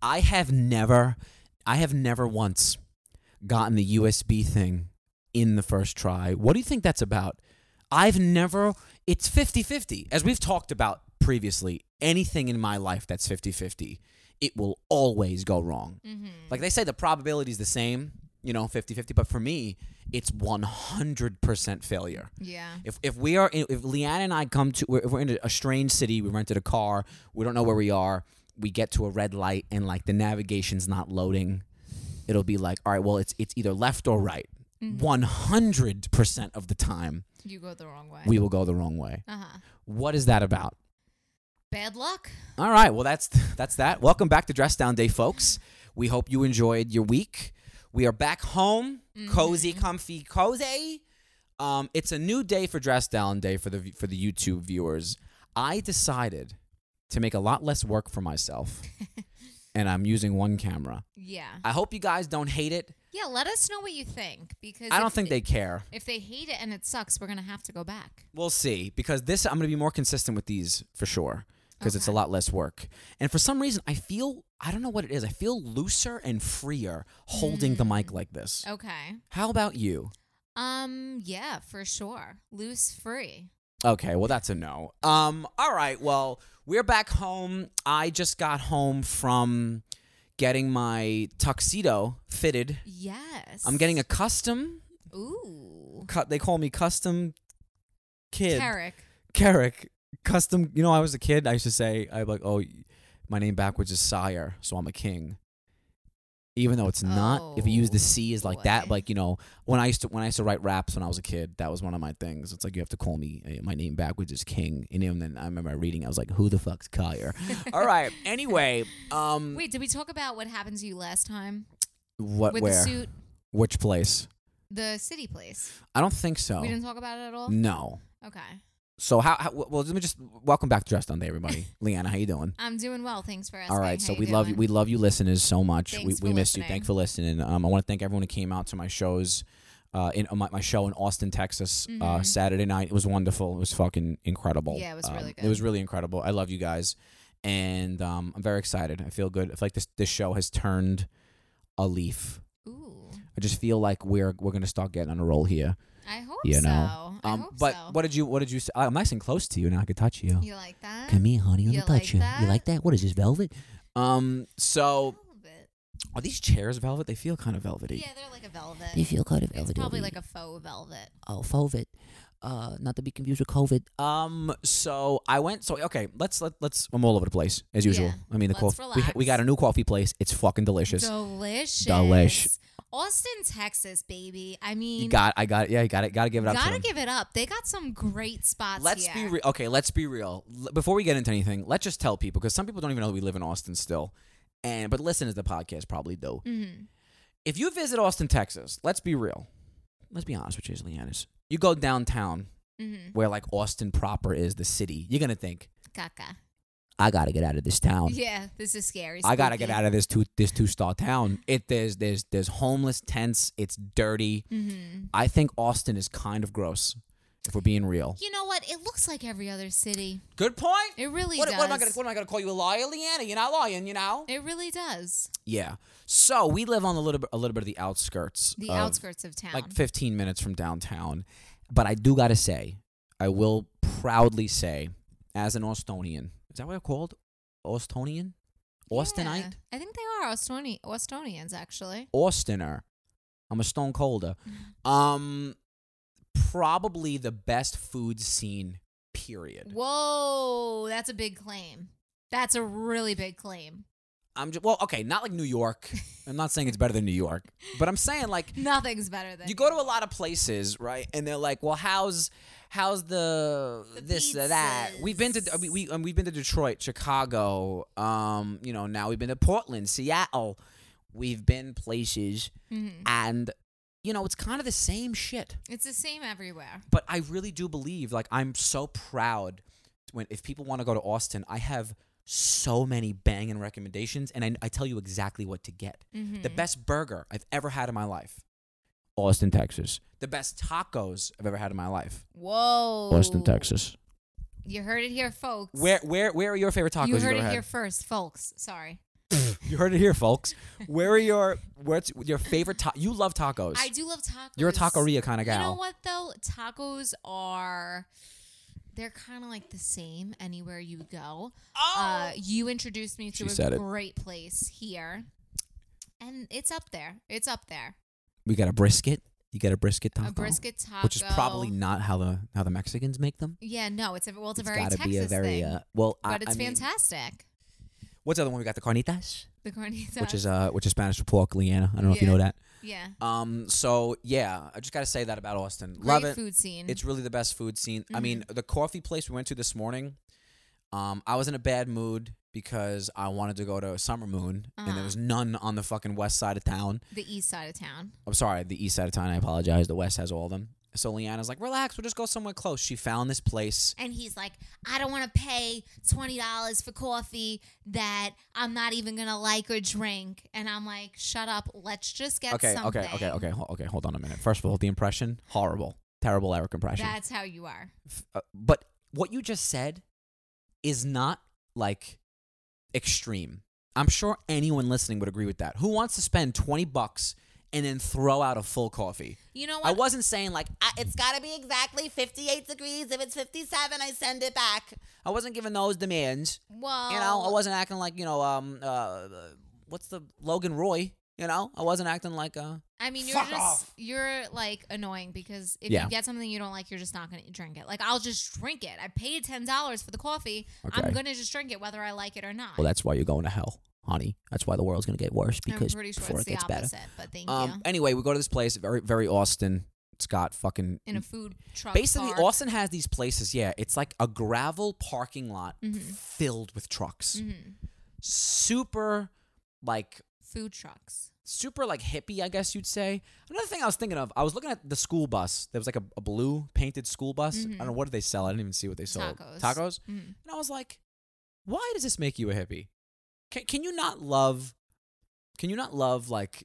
I have never, I have never once gotten the USB thing in the first try. What do you think that's about? I've never, it's 50 50. As we've talked about previously, anything in my life that's 50 50, it will always go wrong. Mm-hmm. Mm. Like they say, the probability is the same, you know, 50 50, but for me, it's 100% failure. Yeah. If if we are if Leanne and I come to we're, if we're in a- a strange city, we rented a car, we don't know where we are, we get to a red light and like the navigation's not loading, it'll be like, all right, well it's it's either left or right. One hundred percent of the time, You go the wrong way. we will go the wrong way. uh huh. What is that about? Bad luck. All right, well that's that's that. Welcome back to Dress Down Day, folks. We hope you enjoyed your week. We are back home, cozy, comfy, cozy. Um, it's a new day for Dress Down Day for the for the YouTube viewers. I decided to make a lot less work for myself, and I'm using one camera. Yeah. I hope you guys don't hate it. Yeah. Let us know what you think because I don't if- think they care. If they hate it and it sucks, we're gonna have to go back. We'll see because this I'm going to be more consistent with these for sure because it's a Okay. lot less work. And for some reason I feel I don't know what it is. I feel looser and freer holding the mic like this. Okay. How about you? Um. Yeah. For sure. Loose free. Okay, well that's a no. Um all right, well, we're back home. I just got home from getting my tuxedo fitted. Yes. I'm getting a custom Ooh. cu- they call me custom kid. Tarek. Carrick, custom. You know, I was a kid. I used to say, I like, oh, my name backwards is Sire, so I'm a king. Even though it's not, if you use the C is like that, Oh, boy. like you know, when I used to when I used to write raps when I was a kid, that was one of my things. It's like you have to call me eh, my name backwards is King, and even then I remember reading, I was like, who the fuck's Kyer? All right. Anyway, um, Wait, did we talk about what happened to you last time what with the where suit? which place? The city place. I don't think so. We didn't talk about it at all. No. Okay. So how, how? Well, let me just welcome back to Dressed on Day, everybody. Leanna, how you doing? I'm doing well. Thanks for asking. All right, How so we love you. doing? We love you, listeners, so much. we Thanks we miss for you. listening. Thank you for listening. Um, I want to thank everyone who came out to my shows. Uh, in uh, my, my show in Austin, Texas, uh, Saturday night. It was wonderful. It was fucking incredible. Mm-hmm. Yeah, it was Um, really It good. was really incredible. I love you guys, and um, I'm very excited. I feel good. I feel like this this show has turned a leaf. Ooh. I just feel like we're we're gonna start getting on a roll here. I hope You so. know. I um, hope but so. what did you what did you say? I'm nice and close to you now. I could touch you. you like that? Come here, honey. Let You me like touch you. that? You like that? What is this velvet? Um. So. Velvet. Are these chairs velvet? They feel kind of velvety. Yeah, they're like a velvet. They feel kind of It's velvety. probably like a faux velvet. oh, velvet. Uh, not to be confused with COVID. Um, so I went. So okay, let's let let's. I'm all over the place as usual. Yeah, I mean, the let's coffee. We, ha- we relax. got a new coffee place. It's fucking delicious. Delicious. Delish. Austin, Texas, baby. I mean, you got. I got. it. Yeah, you got it. Got to give it up. to gotta them. give it up. They got some great spots. Let's here. be real. Okay, let's be real. L- before we get into anything, let's just tell people because some people don't even know we live in Austin still, and but listen to the podcast probably do. Mhm. If you visit Austin, Texas, let's be real. Let's be honest with you, Leannis. You go downtown Mhm. where like Austin proper is the city, you're gonna think Caca. I gotta get out of this town. Yeah, this is scary. Um, I gotta get spooky. out of this two this two star town. It there's there's there's homeless tents. It's dirty. Mm-hmm. I think Austin is kind of gross. If we're being real. You know what? It looks like every other city. Good point. It really what, does. what am I gonna what am I gonna call you a liar, Leanna? You're not lying, you know. It really does. Yeah. So we live on a little bit a little bit of the outskirts. The of- outskirts of town. Um, like 15 minutes from downtown. But I do gotta say, I will proudly say, as an Austonian, is that what they're called? Austonian, Austinite, Yeah. I think they are Austoni- Austonians, actually. Austiner. I'm a stone colder. Um, probably the best food scene. Period. Whoa, that's a big claim. That's a really big claim. I'm just well, okay, not like New York. I'm not saying it's better than New York, but I'm saying like Nothing's better than you go to a lot of places, right? And they're like, "Well, how's how's the, The this or that?" We've been to pizzas. we, we um, we've been to Detroit, Chicago. Um, you know, now we've been to Portland, Seattle. We've been places, Mhm. and you know, it's kind of the same shit. It's the same everywhere. But I really do believe, like, I'm so proud when if people want to go to Austin, I have so many banging recommendations, and I, I tell you exactly what to get. Mm-hmm. The best burger I've ever had in my life, Austin, Texas. The best tacos I've ever had in my life, Whoa. Texas. You heard it here, folks. Where where where are your favorite tacos you have heard ever it had? here first, folks. Sorry. You heard it here, folks. Where are your what's your favorite? Ta- you love tacos. I do love tacos. You're a taqueria kind of gal. You know what though? Tacos are they're kind of like the same anywhere you go. Oh! Uh, you introduced me to She a said it. great place here, and it's up there. It's up there. We got a brisket. You got a brisket taco, A brisket taco, which is probably not how the how the Mexicans make them. yeah. No, it's a well, it's a It's very gotta Texas be a very thing, uh, well. I- but it's I mean, fantastic. What's the other one? We got the carnitas, The carnitas, which is uh which is Spanish for pork, Leanna. I don't know if you Yeah. know that. yeah, Um, so yeah, I just got to say that about Austin. Love great it. food Mm-hmm. scene. It's really the best food scene. I mean, the coffee place we went to this morning, um, I was in a bad mood because I wanted to go to Summer Moon and there Uh-huh. was none on the fucking west side of town. the east side of town. I'm sorry, the east side of town. I apologize. The west has all of them. So Leanna's like, relax, we'll just go somewhere close. She found this place. and he's like, I don't want to pay twenty dollars for coffee that I'm not even gonna like or drink. And I'm like, shut up, let's just get okay, something. okay, okay, okay, ho- okay. Hold on a minute. First of all, the impression horrible, terrible Eric impression. That's how you are. F- uh, but what you just said is not like extreme. I'm sure anyone listening would agree with that. Who wants to spend 20 bucks and then throw out a full coffee? You know I what? wasn't saying like I, it's It's got to be exactly 58 degrees. If it's 57, I send it back. I wasn't giving those demands. well, You know, I wasn't acting like, you know, um uh, uh what's the Logan Roy, you know? I wasn't acting like uh I mean, you're Fuck just off. you're like annoying because if Yeah. you get something you don't like, you're just not gonna drink it. Like I'll just drink it. I paid ten dollars for the coffee. Okay. I'm gonna just drink it whether I like it or not. well that's why you're going to hell, honey. That's why the world's going to get worse I'm because pretty sure before it's it the gets better. opposite, but thank Um you. anyway, we go to this place very very Austin. It's got fucking In a food truck. Basically, park. Austin has these places. Yeah, it's like a gravel parking lot Mhm. filled with trucks. Mhm. Super, like food trucks. super, like hippie. I guess you'd say. Another thing I was thinking of, I was looking at the school bus. There was like a, a blue painted school bus. I don't know what did they sell. I didn't even see what they sold. Mm-hmm. Tacos. Tacos. Mhm. And I was like, why does this make you a hippie? Can, can you not love? Can you not love like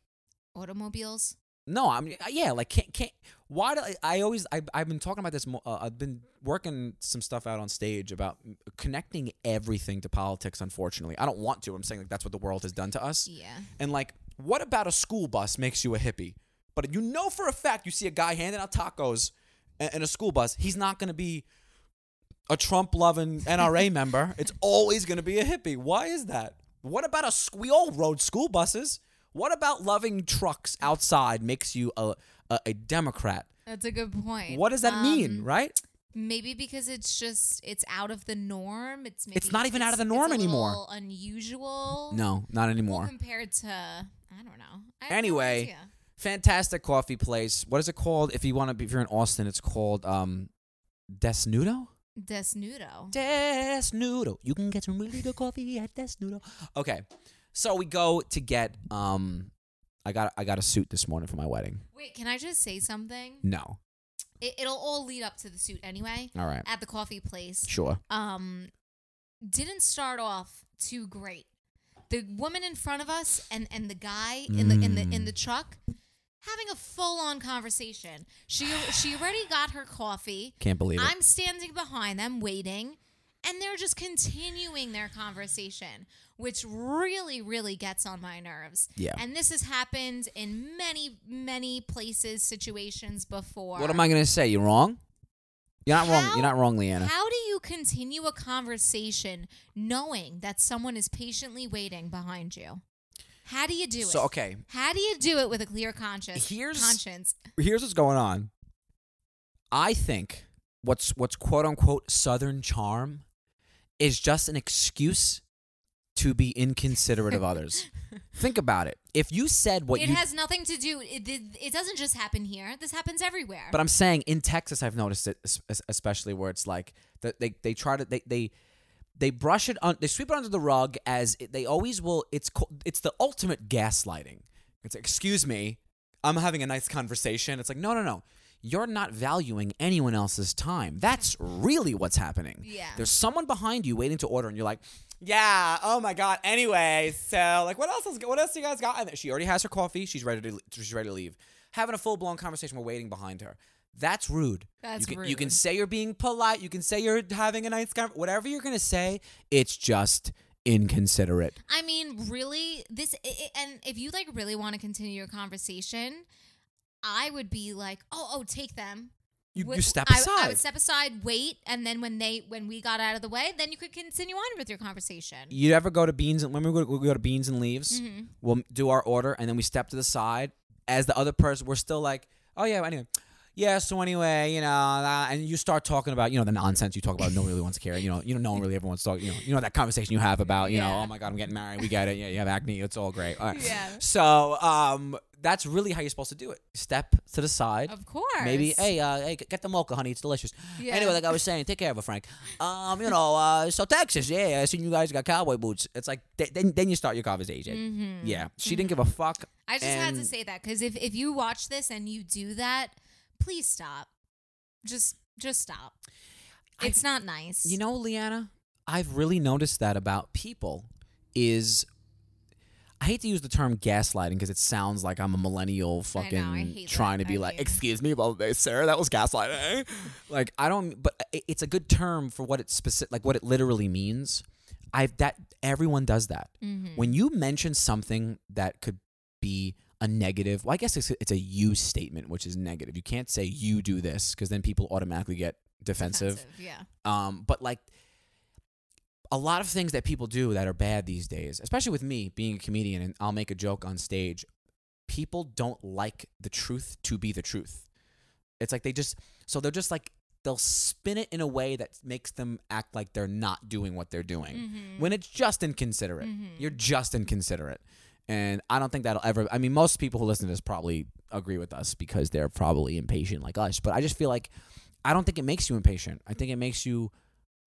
Automobiles. no, I'm uh, yeah, like can't can't. Why do I, I always I I've been talking about this. mo- Uh, I've been working some stuff out on stage about connecting everything to politics. Unfortunately, I don't want to. I'm saying like that's what the world has done to us. Yeah. And like, what about a school bus makes you a hippie? But you know for a fact you see a guy handing out tacos in- in a school bus. He's not going to be a Trump loving NRA member. It's always going to be a hippie. Why is that? What about a s- we all rode school buses? What about loving trucks outside makes you a a, a Democrat? That's a good point. What does that mean, Um, right? Maybe because it's just it's out of the norm. It's maybe It's not even out of the norm it's a anymore. little Unusual. No, not anymore. Compared to I don't know. I have no Anyway, idea. fantastic coffee place. What is it called? If you want to be if you're in Austin, it's called um Desnudo? Desnudo. Desnudo. You can get some really good coffee at Desnudo. Okay, so we go to get. Um, I got I got a suit this morning for my wedding. Wait, can I just say something? No. It, it'll all lead up to the suit anyway. All right. At the coffee place, Sure. um, didn't start off too great. The woman in front of us and and the guy in the in the in the Mm. truck having a full on conversation. She she already got her coffee. Can't believe it. I'm standing behind them waiting, and they're just continuing their conversation, which really, really gets on my nerves. Yeah. And this has happened in many, many places, situations before. what am I gonna say? You're wrong. You're not wrong. How- You're not wrong, Leanna. How do you continue a conversation knowing that someone is patiently waiting behind you? How do you do it? So okay, How do you do it with a clear conscience? Here's- conscience. here's what's going on. I think what's what's quote unquote Southern charm is just an excuse to be inconsiderate of others. Think about it. If you said what it you has nothing to do. It, it, it doesn't just happen here. This happens everywhere. But I'm saying in Texas, I've noticed it, es- es- especially where it's like that they they try to they they they brush it on they sweep it under the rug as it, they always will. It's co- it's the ultimate gaslighting. It's excuse me, I'm having a nice conversation. It's like no no no. You're not valuing anyone else's time. That's really what's happening. Yeah. There's someone behind you waiting to order, and you're like, "Yeah, oh my god." Anyway, so like, what else is what else you guys got? And she already has her coffee. She's ready to she's ready to leave. Having a full blown conversation, we're waiting behind her. That's rude. That's you can, You can rude. say you're being polite. You can say you're having a nice conversation. Whatever you're gonna say, it's just inconsiderate. I mean, really, this, i- i- and if you like really want to continue your conversation, I would be like, oh, oh, take them. You, Wi- you step I- aside. I, would step aside, wait, and then when they, when we got out of the way, then you could continue on with your conversation. you ever go to Beans and when we go, we go to Beans and Leaves, Mhm. we'll do our order and then we step to the side as the other person. We're still like, oh yeah, anyway, yeah. So anyway, you know, uh, and you start talking about you know the nonsense you talk about. No one really wants to care. You know, you know, no one really ever wants to talk. You know, you know that conversation you have about you know, Yeah. oh my god, I'm getting married. We get it. Yeah, you have acne. It's all great. All right. Yeah. So um, that's really how you're supposed to do it. Step to the side. Of course. Maybe hey, uh, hey, g- get the mocha, honey. It's delicious. Yeah. Anyway, like I was saying, take care of it, Frank. Um, you know, uh, so Texas, yeah, I seen you guys got cowboy boots. It's like th- then then you start your conversation. Mm-hmm. Yeah, she didn't give a fuck. I just had to and- say that because if, if you watch this and you do that, please stop. Just, just stop. I- It's not nice. You know, Leanna, I've really noticed that about people is. I hate to use the term gaslighting because it sounds like I'm a millennial fucking hate that. trying to be I like, hate it. excuse me, blah, blah, blah, sir, that was gaslighting. like, I don't, but i- it's a good term for what it specific, like what it literally means. I've that, everyone does that. Mm-hmm. When you mention something that could be a negative, well, I guess it's a, it's a you statement, which is negative. You can't say you do this because then people automatically get defensive. Yeah. Um, but like a lot of things that people do that are bad these days, especially with me being a comedian and I'll make a joke on stage, people don't like the truth to be the truth. It's like they just so they're just like they'll spin it in a way that makes them act like they're not doing what they're doing when it's just inconsiderate. You're just inconsiderate. And I don't think that'll ever. I mean, most people who listen to this probably agree with us because they're probably impatient like us. But I just feel like I don't think it makes you impatient. I think it makes you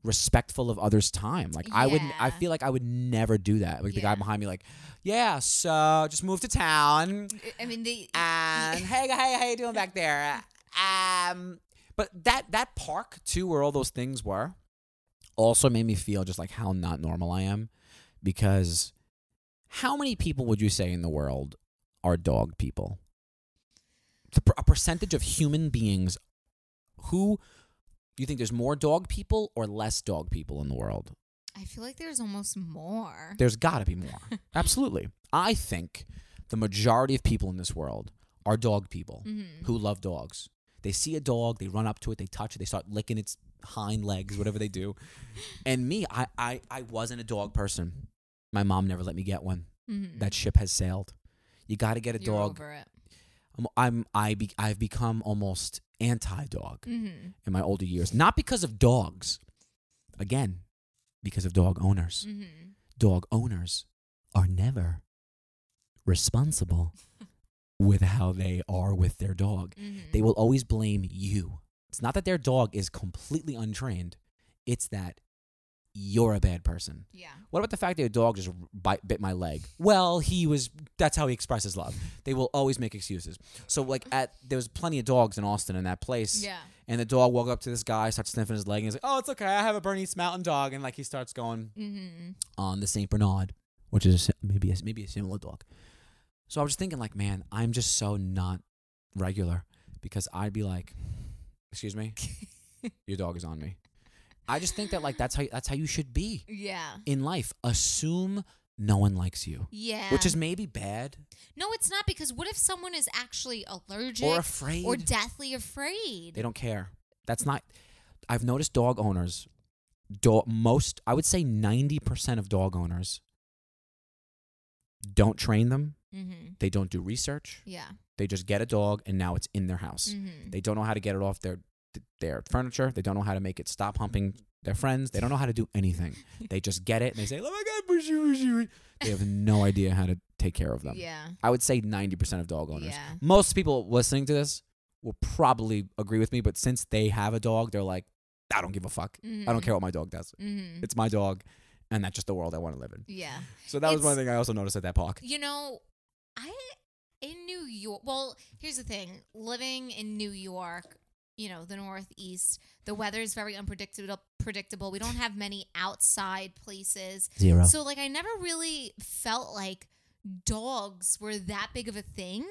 respectful of others' time. Like I would, I Yeah. feel like I would never do that. Like the guy Yeah. behind me, like, yeah, so just moved to town, I- I mean, they. Ah. and hey, hey, how you doing back there? Um, but that that park too, where all those things were, also made me feel just like how not normal I am, because how many people would you say in the world are dog people? The per- A percentage of human beings who do you think there's more dog people or less dog people in the world? I feel like there's almost more. There's got to be more. Absolutely. I think the majority of people in this world are dog people Mm-hmm. who love dogs. They see a dog, they run up to it, they touch it, they start licking its hind legs, whatever they do. And me, I, I, I wasn't a dog person. My mom never let me get one. Mhm. That ship has sailed. You got to get a You're dog. Over it. I'm, I'm I be, I've become almost anti-dog Mm-hmm. in my older years, not because of dogs. Again, because of dog owners Mm-hmm. dog owners are never responsible with how they are with their dog. Mhm. They will always blame you. It's not that their dog is completely untrained, it's that you're a bad person. Yeah. What about the fact that your dog just bite, bit my leg? Well, he was. That's how he expresses love. They will always make excuses. So, like, at there was plenty of dogs in Austin in that place. Yeah. And the dog walked up to this guy, starts sniffing his leg, and he's like, "Oh, it's okay. I have a Bernese Mountain Dog." And like, he starts going Mm-hmm. on the Saint Bernard, which is a, si- maybe a, maybe a similar dog. So I was thinking, like, man, I'm just so not regular because I'd be like, excuse me, your dog is on me. I just think that like that's how that's how you should be Yeah. in life. Assume no one likes you, Yeah. which is maybe bad. no, it's not because what if someone is actually allergic afraid. or deathly afraid? They don't care. That's not. I've noticed dog owners. Do, most, I would say, ninety percent of dog owners don't train them. Mm-hmm. They don't do research. Yeah. They just get a dog and now it's in their house. Mm-hmm. They don't know how to get it off their their furniture. They don't know how to make it stop humping their friends. They don't know how to do anything. they just get it and they say, "Oh my god, bushy, bushy, bushy." They have no idea how to take care of them. Mm-hmm. Yeah. I would say 90% of dog owners. Yeah. Most people listening to this will probably agree with me, but since they have a dog, they're like, "I don't give a fuck. I don't care what my dog does. Mm-hmm. It's my dog." And that's just the world I want to live in. Yeah. So that was one It's- thing I also noticed at that park. You know, I in New York. Well, here's the thing: living in New York, you know, the Northeast, the weather is very unpredictable. Predictable. We don't have many outside places, Zero. so like I never really felt like dogs were that big of a thing.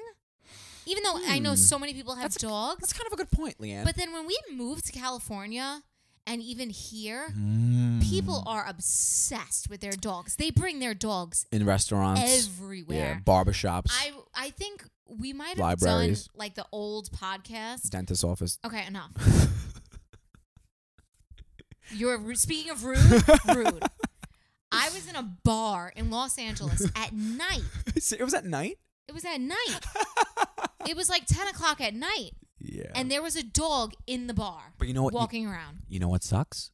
Even though I know Hmm. so many people have That's- dogs, That's kind of a good point, Leanne. but then when we moved to California and even here, Mm. people are obsessed with their dogs. They bring their dogs in restaurants, yeah, everywhere. barbershops, I I think we might have Libraries. done like the old podcast. dentist office. Okay, enough. You're ru- speaking of rude. Rude. I was in a bar in Los Angeles at night. it was at night. It was at night. It was like ten o'clock at night, Yeah. and there was a dog in the bar. But you know what? You- Walking around. you know what sucks?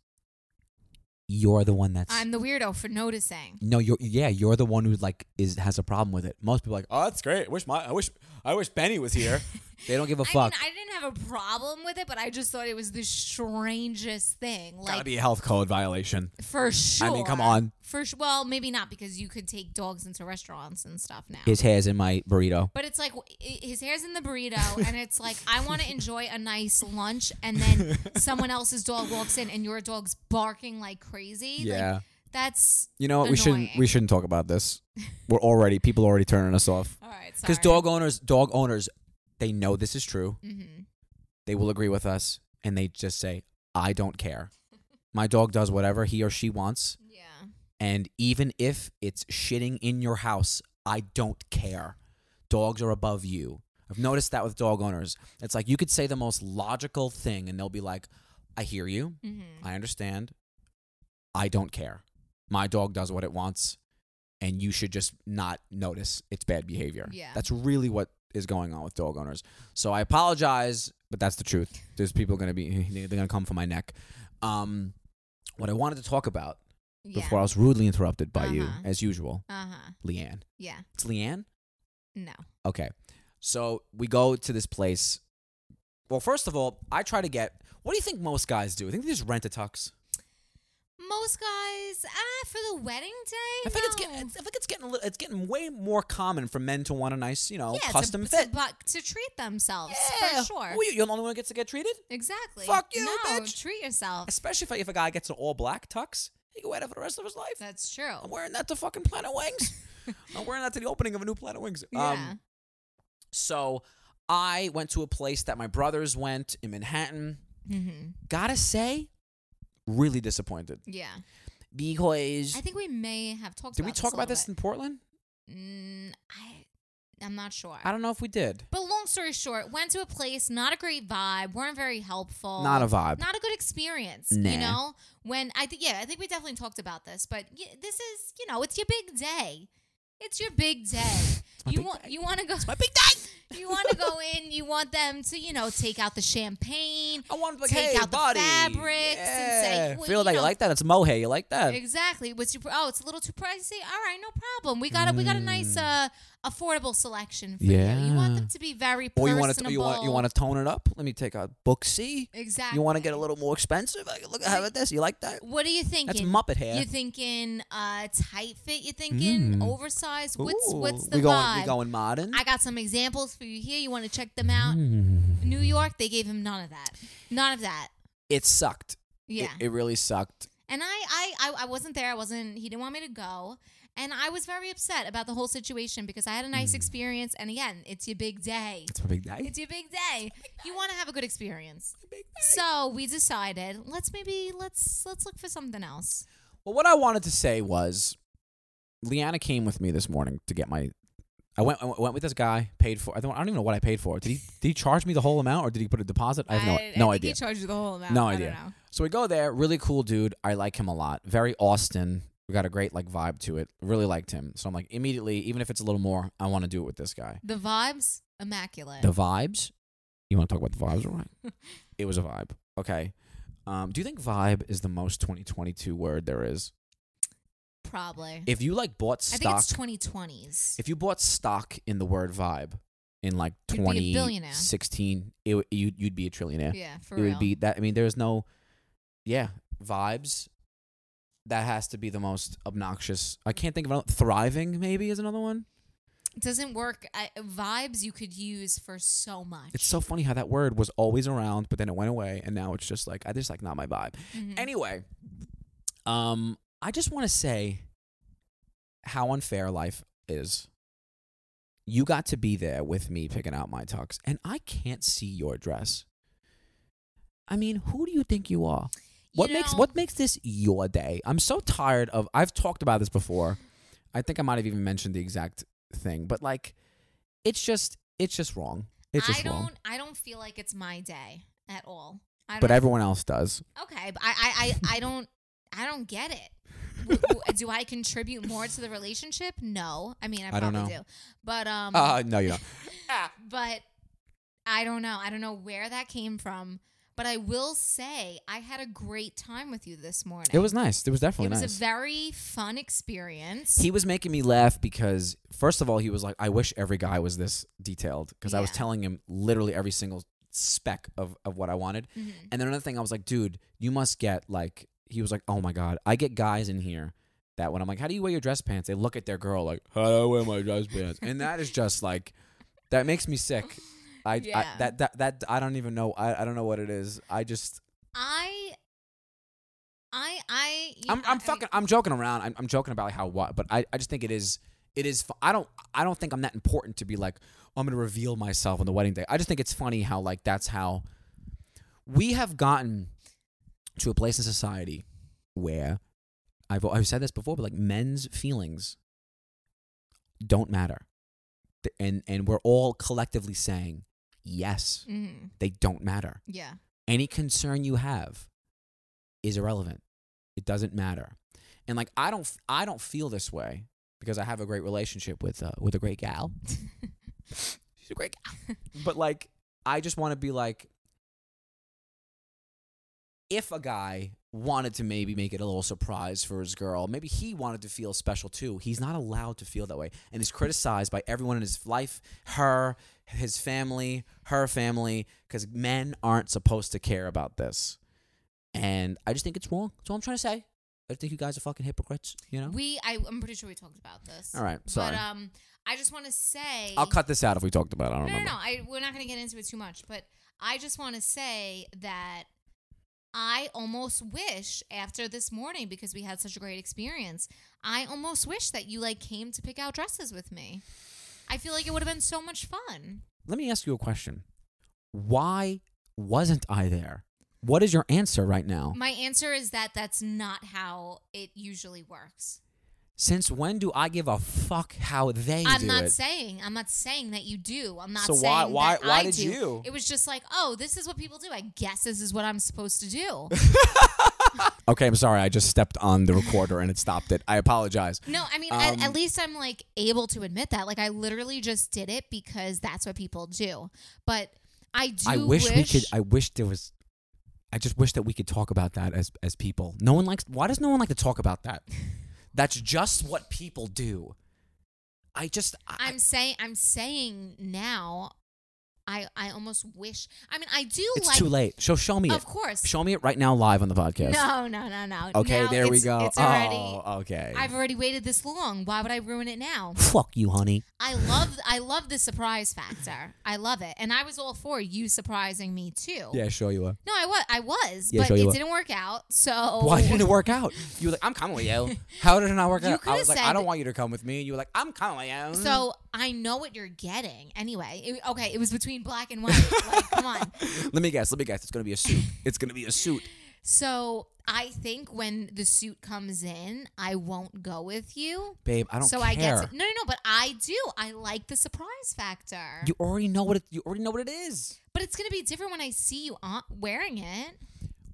You're the one that's I'm the weirdo for noticing. No, you're yeah, you're the one who like is has a problem with it. Most people are like, oh, that's great. I wish my I wish I wish Benny was here. they don't give a fuck. I mean, I didn't have a problem with it, but I just thought it was the strangest thing. Like, Gotta be a health code violation. for sure. I mean, come on. For sh- well, maybe not because you could take dogs into restaurants and stuff now. His hair's in my burrito. but it's like w- i- his hair's in the burrito, and it's like I want to enjoy a nice lunch, and then someone else's dog walks in, and your dog's barking like crazy. Like, Yeah. that's You know what? We shouldn't we Annoying. shouldn't talk about this. We're already people are already turning us off. all right. Because dog owners dog owners, they know this is true. Mm-hmm. They will agree with us and they just say, I don't care. My dog does whatever he or she wants. Yeah. And even if it's shitting in your house, I don't care. Dogs are above you. I've noticed that with dog owners. It's like you could say the most logical thing and they'll be like, I hear you. Mm-hmm. I understand. I don't care. My dog does what it wants and you should just not notice its bad behavior. Yeah. That's really what is going on with dog owners. So I apologize, but that's the truth. There's people going to be they're going to come for my neck. Um what I wanted to talk about Yeah. before I was rudely interrupted by you, Uh-huh. as usual, Uh huh. Leanne. Yeah. It's Leanne? No. Okay. So we go to this place. Well, first of all, I try to get. What do you think most guys do? I think they just rent a tux. Most guys, ah, for the wedding day. I think it's no. getting. I think it's getting. A little, it's getting way more common for men to want a nice, you know, yeah, to- custom to, fit. buck- to treat themselves Yeah. for sure. Well, you- you're the only one who gets to get treated. exactly. Fuck you, no, bitch. Treat yourself. Especially if, if a guy gets an all black tux, he can wear that for the rest of his life. That's true. I'm wearing that to fucking Planet Wings. I'm wearing that to the opening of a new Planet Wings. Um, yeah. So I went to a place that my brothers went in Manhattan. hmm Gotta say, really disappointed Yeah. because I think we may have talked. did about we talk a about little this bit. in Portland? Mm, I, I'm not sure. I don't know if we did. but long story short, went to a place, not a great vibe, weren't very helpful. Not a vibe. not a good experience. Nah. You know, when I think, yeah, I think we definitely talked about this, but y- this is, you know, it's your big day. It's your big day. my you big want, you want to go. my big day. you want to go in. You want them to, you know, take out the champagne. I wanted to like, Take hey, out the body. fabrics and say, Yeah. well, feel you that you know- like that. It's mohair. You like that? Exactly. What's your? pr- Oh, it's a little too pricey. All right, no problem. We got a we got a nice uh, affordable selection for you. You want them Mm. Yeah. to be very Or you personable. want to you want you want to tone it up? Let me take out book C. exactly. You want to get a little more expensive? I can look have it this. You like that? What are you That's thinking? Muppet hair. You're thinking uh, tight fit. You're thinking Mm. oversized. What's Ooh, what's the we going, vibe? We going modern? I got some examples for you here. You want to check them out? Mm. New York, they gave him none of that. None of that. it sucked. Yeah. It, it really sucked. and I, I I I wasn't there. I wasn't. He didn't want me to go. And I was very upset about the whole situation because I had a Mm. nice experience. And again, it's your big day. It's a big day. It's your big day. You want to have a good experience. a big day. So we decided let's maybe let's let's look for something else. Well, what I wanted to say was, Leanna came with me this morning to get my. I went I went with this guy. Paid for. I don't. I don't even know what I paid for. Did he did he charge me the whole amount or did he put a deposit? I have no no idea. He charged you the whole amount. No I don't idea. so we go there. Really cool dude. I like him a lot. Very Austin. We got a great like vibe to it. Really liked him. So I'm like immediately, even if it's a little more, I want to do it with this guy. The vibes immaculate. The vibes. You want to talk about the vibes, all right? it was a vibe. Okay. Um, do you think vibe is the most 2022 word there is? Probably. If you like bought I stock, think it's 2020s. if you bought stock in the word vibe in like You'd be a billionaire. 2016 it, would- you'd, you'd be a trillionaire yeah, for it real. would be that i mean there's no yeah vibes that has to be the most obnoxious i can't think of another thriving maybe is another one It doesn't work. I, vibes you could use for so much. it's so funny how that word was always around but then it went away and now it's just like i just like not my vibe Mhm. anyway um i just want to say how unfair life is you got to be there with me picking out my tux and i can't see your dress i mean who do you think you are What You makes know- what makes this your day? I'm so tired of I've talked about this before. I think I might have even mentioned the exact thing, but like it's just it's just wrong. It's I just don't. wrong. I don't feel like it's my day at all. I But don't- everyone else does. okay. But I, I, I, I don't. I don't get it. W- w- do I contribute more to the relationship? No. I mean, I I don't probably know. do. But um. Uh no, you don't. but I don't know. I don't know where that came from. But I will say I had a great time with you this morning. It was nice. It was It definitely was nice. a very fun experience. he was making me laugh because first of all he was like i wish every guy was this detailed because i was Yeah. telling him literally every single speck of, of what i wanted Mhm. and then another thing i was like dude you must get like he was like oh my god i get guys in here that when i'm like how do you wear your dress pants they look at their girl like how do i wear my dress pants and that is just like that makes me sick I, Yeah. I that, that that I don't even know I, I don't know what it is I just I, I, I. you- I'm, I- I I'm mean, fucking I'm joking around. I'm, I'm joking about how what, but I, I just think it is it is fu- I don't I don't think I'm that important to be like "Oh, I'm going to reveal myself on the wedding day. I just think it's funny how like that's how we have gotten to a place in society where I've I've said this before, but like men's feelings don't matter. Th- And and we're all collectively saying, yes, mhm. they don't matter Yeah. any concern you have is irrelevant. It doesn't matter. And like I don't I don't feel this way because I have a great relationship with uh, with a great gal. She's a great gal. but like I just want to be like if a guy wanted to maybe make it a little surprise for his girl, maybe he wanted to feel special too. He's not allowed to feel that way and is criticized by everyone in his life, her, his family, her family, because men aren't supposed to care about this. And I just think it's wrong. That's all I'm trying to say. I think you guys are fucking hypocrites, you know? We. I. I'm pretty sure we talked about this. all right, sorry. But um, I just want to say. I'll cut this out if we talked about it. I don't No, no, remember. no. I, we're not going to get into it too much, but I just want to say that I almost wish after this morning because we had such a great experience. I almost wish that you like came to pick out dresses with me. I feel like it would have been so much fun. Let me ask you a question. Why wasn't I there? What is your answer right now? My answer is that that's not how it usually works. Since when do I give a fuck how they I'm do not it? saying I'm not saying that you do. I'm not So saying why- why- that why I did do. you? It was just like, oh, this is what people do. I guess this is what I'm supposed to do. okay, I'm sorry. I just stepped on the recorder and it stopped it. I apologize. No, I mean, at, Um, at least I'm like able to admit that. Like, I literally just did it because that's what people do. But I do. I wish, we could. I wish there was. I just wish that we could talk about that as as people. No one likes. Why does no one like to talk about that? That's just what people do. I just. I, am saying. I'm saying now. I I almost wish. I mean, I do it's like. too late. So show me Of it. course. Show me it right now, live on the podcast. No, no, no, no. Okay, Now there we it's- go. It's already. oh, okay. I've already waited this long. Why would I ruin it now? Fuck you, honey. I love I love the surprise factor. I love it, and I was all for you surprising me too. Yeah, sure you are. No, I was I was, Yeah, but sure you it were. didn't work out. So Why didn't it work out? You were like, I'm coming with you. How did it not work Oh. You out? I coulda was like, I said- don't want you to come with me. And you were like, I'm coming with you. So I know what you're getting. Anyway, it, okay, it was between black and white. like, come on. let me guess. Let me guess. It's gonna be a suit. It's gonna be a suit. So I think when the suit comes in, I won't go with you. Babe, I don't so care. I get to, no, no, no. But I do. I like the surprise factor. You already know what it, you already know what it is. but it's gonna be different when I see you on, wearing it.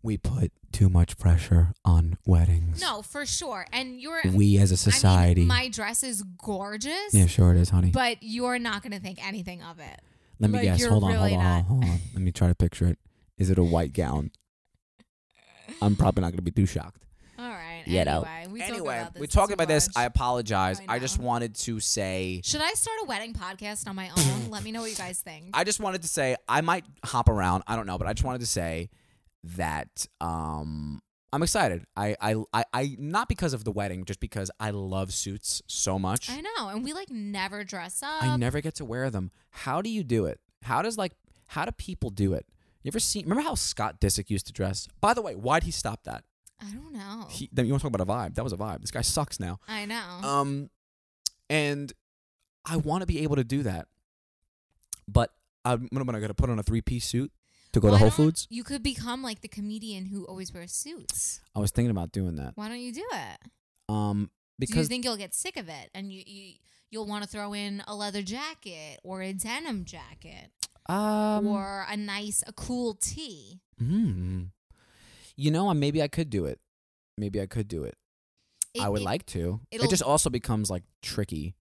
We put too much pressure on weddings. No, for sure. And you're We as a I mean, society. my dress is gorgeous. yeah, sure it is, honey. But you're not gonna think anything of it. Let me like, guess. you're Hold on, really hold on, not. hold on, hold on. Let me try to picture it. Is it a white gown? I'm probably not gonna be too shocked. All right. You know. anyway, we talk anyway, about this we talked too about this. much. I apologize. I I just know. wanted to say. Should I start a wedding podcast on my own? Let me know what you guys think. I just wanted to say I might hop around. I don't know, but I just wanted to say that um I'm excited. I I I, I not because of the wedding, just because I love suits so much. I know, and we like never dress up. I never get to wear them. How do you do it? How does like how do people do it? You ever seen? Remember how Scott Disick used to dress? By the way, why'd he stop that? I don't know. He, then you want to talk about a vibe? That was a vibe. This guy sucks now. I know. Um, and I want to be able to do that, but I'm, I'm gonna put on a three piece suit to go Why to Whole don't- Foods. You could become like the comedian who always wears suits. I was thinking about doing that. Why don't you do it? Um, do you because think you'll get sick of it and you, you you'll want to throw in a leather jacket or a denim jacket um, or a nice a cool tee? mm. you know, uh, maybe I could do it. Maybe I could do it. I It- would it- like to. It it'll- just also becomes like tricky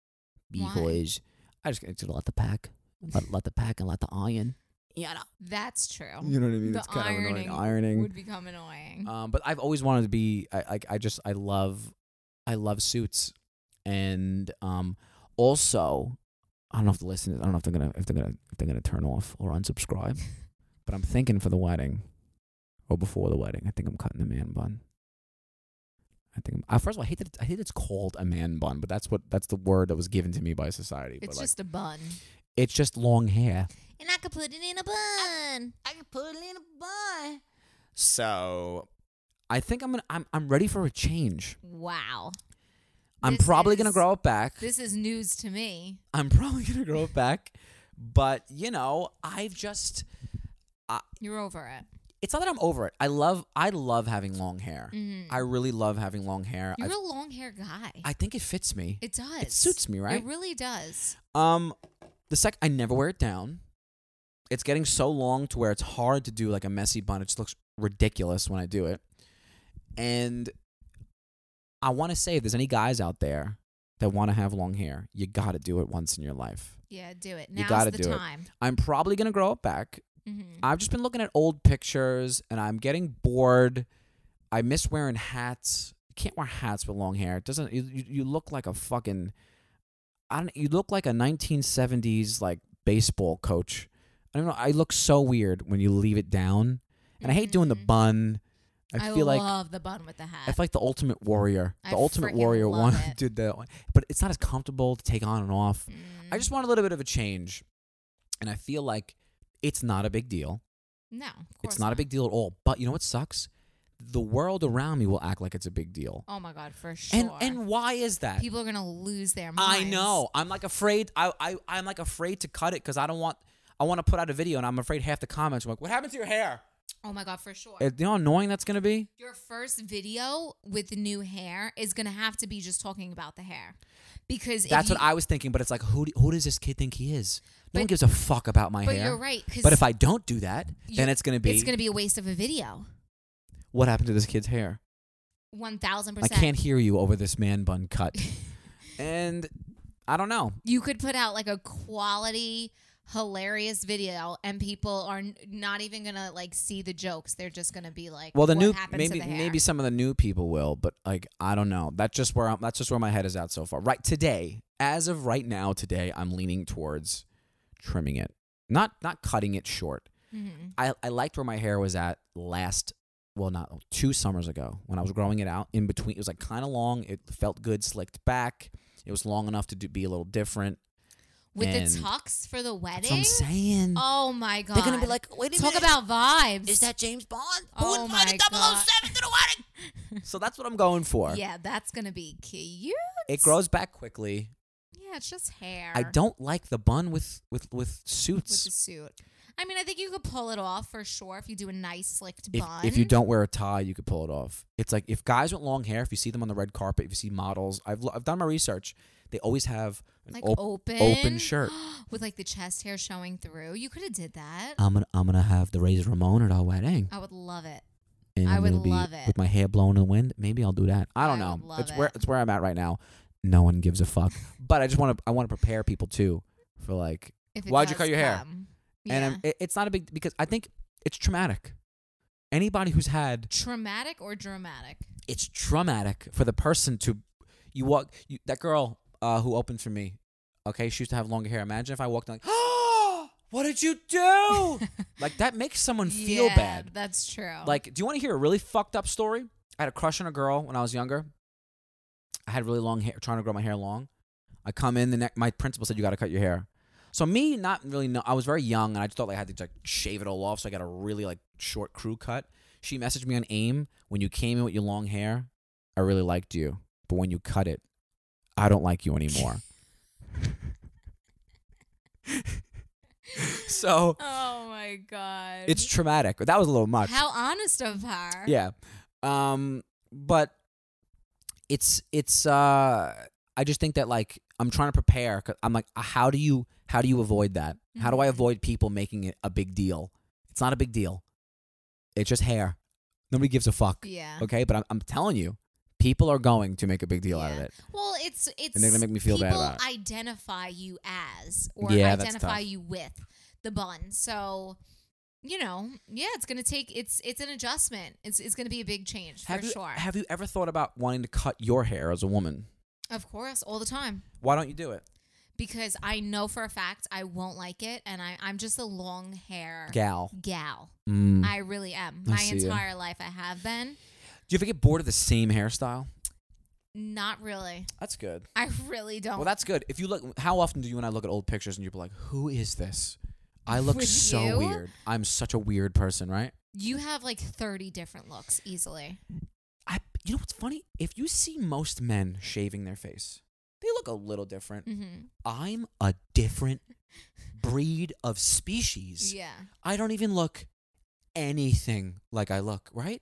Why? because I just it's a lot to pack, lot, lot to pack, and lot to iron. You know. That's true. You know what I mean? Oh, The it's kind of annoying. ironing Ironing. would become annoying. Um, but I've always wanted to be. I like. I just. I love. I love suits, and um, also, I don't know if the listeners. I don't know if they're gonna if they're gonna if they're gonna turn off or unsubscribe. but I'm thinking for the wedding, or before the wedding. I think I'm cutting the man bun. I think. I'm, uh, first of all, I hate that. It's, I hate it's called a man bun, but that's what that's the word that was given to me by society. it's but just a like, bun. it's just long hair. And I could put it in a bun. I can put it in a bun. So, I think I'm gonna. I'm I'm ready for a change. Wow. I'm This probably gonna is- grow it back. This is news to me. I'm probably gonna grow it back, but you know, I've just You're over it. it's not that I'm over it. I love I love having long hair. Mhm. I really love having long hair. You're I've- a long hair guy. I think it fits me. it does. It suits me, right? It really does. um the sec I never wear it down. It's getting so long to where it's hard to do like a messy bun. It just looks ridiculous when I do it. And I want to say if there's any guys out there that want to have long hair, you got to do it once in your life. Yeah, do it. You Now's gotta the do it. time. I'm probably going to grow it back. hmm I've just been looking at old pictures and I'm getting bored. I miss wearing hats. You can't wear hats with long hair. It doesn't you, you you look like a fucking I don't you look like a 1970s like baseball coach. I don't know. I look so weird when you leave it down. And I hate doing the Mhm. bun. I, feel like love the bun with the hat. I feel like the Ultimate Warrior. The I Ultimate freaking Warrior one love it. did that one. But it's not as comfortable to take on and off. Mm. I just want a little bit of a change. And I feel like it's not a big deal. no. Of course It's not a big deal at all. But you know what sucks? The world around me will act like it's a big deal. Oh my god, for sure. And and why is that? people are gonna lose their minds. I know. I'm like afraid. I I I'm like afraid to cut it because I don't want. I want to put out a video and I'm afraid half the comments are like, "What happened to your hair?" Uh, Oh my god, for sure. You know how annoying that's gonna be. Your first video with new hair is gonna have to be just talking about the hair, because if That's you- what I was thinking. But it's like, who do, who does this kid think he is? No one But- gives a fuck about my But hair. you're right. 'cause But if I don't do that, then you- it's gonna be it's gonna be a waste of a video. what happened to this kid's hair? One thousand I percent. can't hear you over this man bun cut. and I don't know. You could put out like a quality, hilarious video, and people are n- not even gonna like see the jokes. They're just gonna be like, Well, the what new happened maybe to the hair? maybe some of the new people will, but like I don't know. That's just where I'm, that's just where my head is at so far. Right today, as of right now, today I'm leaning towards trimming it, not not cutting it short. Mhm. I I liked where my hair was at last. Well, not oh, two summers ago when I was growing it out. In between, it was like kind of long. It felt good, slicked back. It was long enough to do, be a little different. with And- the tux for the That's wedding. what I'm saying. Oh my god! They're going to be like, wait a talk minute. about vibes. Is that James Bond? Oh Who invited my God. 007 to the wedding? So that's what I'm going for. Yeah, that's gonna be cute. It grows back quickly. Yeah, it's just hair. I don't like the bun with with with with suits. the suit. I mean, I think you could pull it off for sure if you do a nice slicked if, bun. if you don't wear a tie, you could pull it off. It's like if guys with long hair, if you see them on the red carpet, if you see models, I've lo- I've done my research. They always have an like oh. op- open shirt. with like the chest hair showing through. You could have did that. I'm gonna I'm gonna have the Razor Ramon at our wedding, I would love it. and I I'm would gonna be love it. with my hair blowing in the wind. Maybe I'll do that. I don't I know. would love it's where it. it's where I'm at right now. No one gives a fuck. but I just want to I want to prepare people too for like, If it Why'd you does cut your hair? come. and Yeah. I'm, it, it's not a big because I think it's traumatic. Anybody who's had Traumatic or dramatic? it's traumatic for the person to you walk you, that girl uh, who opened for me okay she used to have longer hair imagine if i walked in like oh what did you do like that makes someone feel Yeah, bad That's true. like do you want to hear a really fucked up story i had a crush on a girl when i was younger i had really long hair trying to grow my hair long i come in the next my principal said you got to cut your hair so me not really know i was very young and i just thought like i had to like shave it all off so i got a really like short crew cut she messaged me on AIM when you came in with your long hair. I really liked you, but when you cut it, I don't like you anymore. so oh my my god. It's traumatic. That was a little much. How honest of her. yeah. Um, but it's it's uh, I just think that like I'm trying to prepare. i I'm like, uh, how do you how do you avoid that? How do I Mhm. avoid people making it a big deal? It's not a big deal. It's just hair. Nobody gives a fuck. Yeah. Okay, but I'm, I'm telling you, people are going to make a big deal out of Yeah. it. Well, it's it's they're gonna make me feel bad people about it. identify you as or Yeah, that's identify tough. you with the bun. So you know, yeah, it's gonna take it's it's an adjustment. It's it's gonna be a big change have for you sure. have you ever thought about wanting to cut your hair as a woman? of course, all the time. Why don't you do it, Because I know for a fact I won't like it and I, I'm just a long hair gal? gal. Mm. I really am. I My see ya. entire life I have been. do you ever get bored of the same hairstyle? Not really. That's good. I really don't. Well, that's good. If you look, how often do you and I look at old pictures and you're like, "Who is this? I look With so you? weird. I'm such a weird person, right?" you have like 30 different looks easily. I, you know what's funny? If you see most men shaving their face, they look a little different. hmm I'm a different breed of species. Yeah. I don't even look anything like I look, right?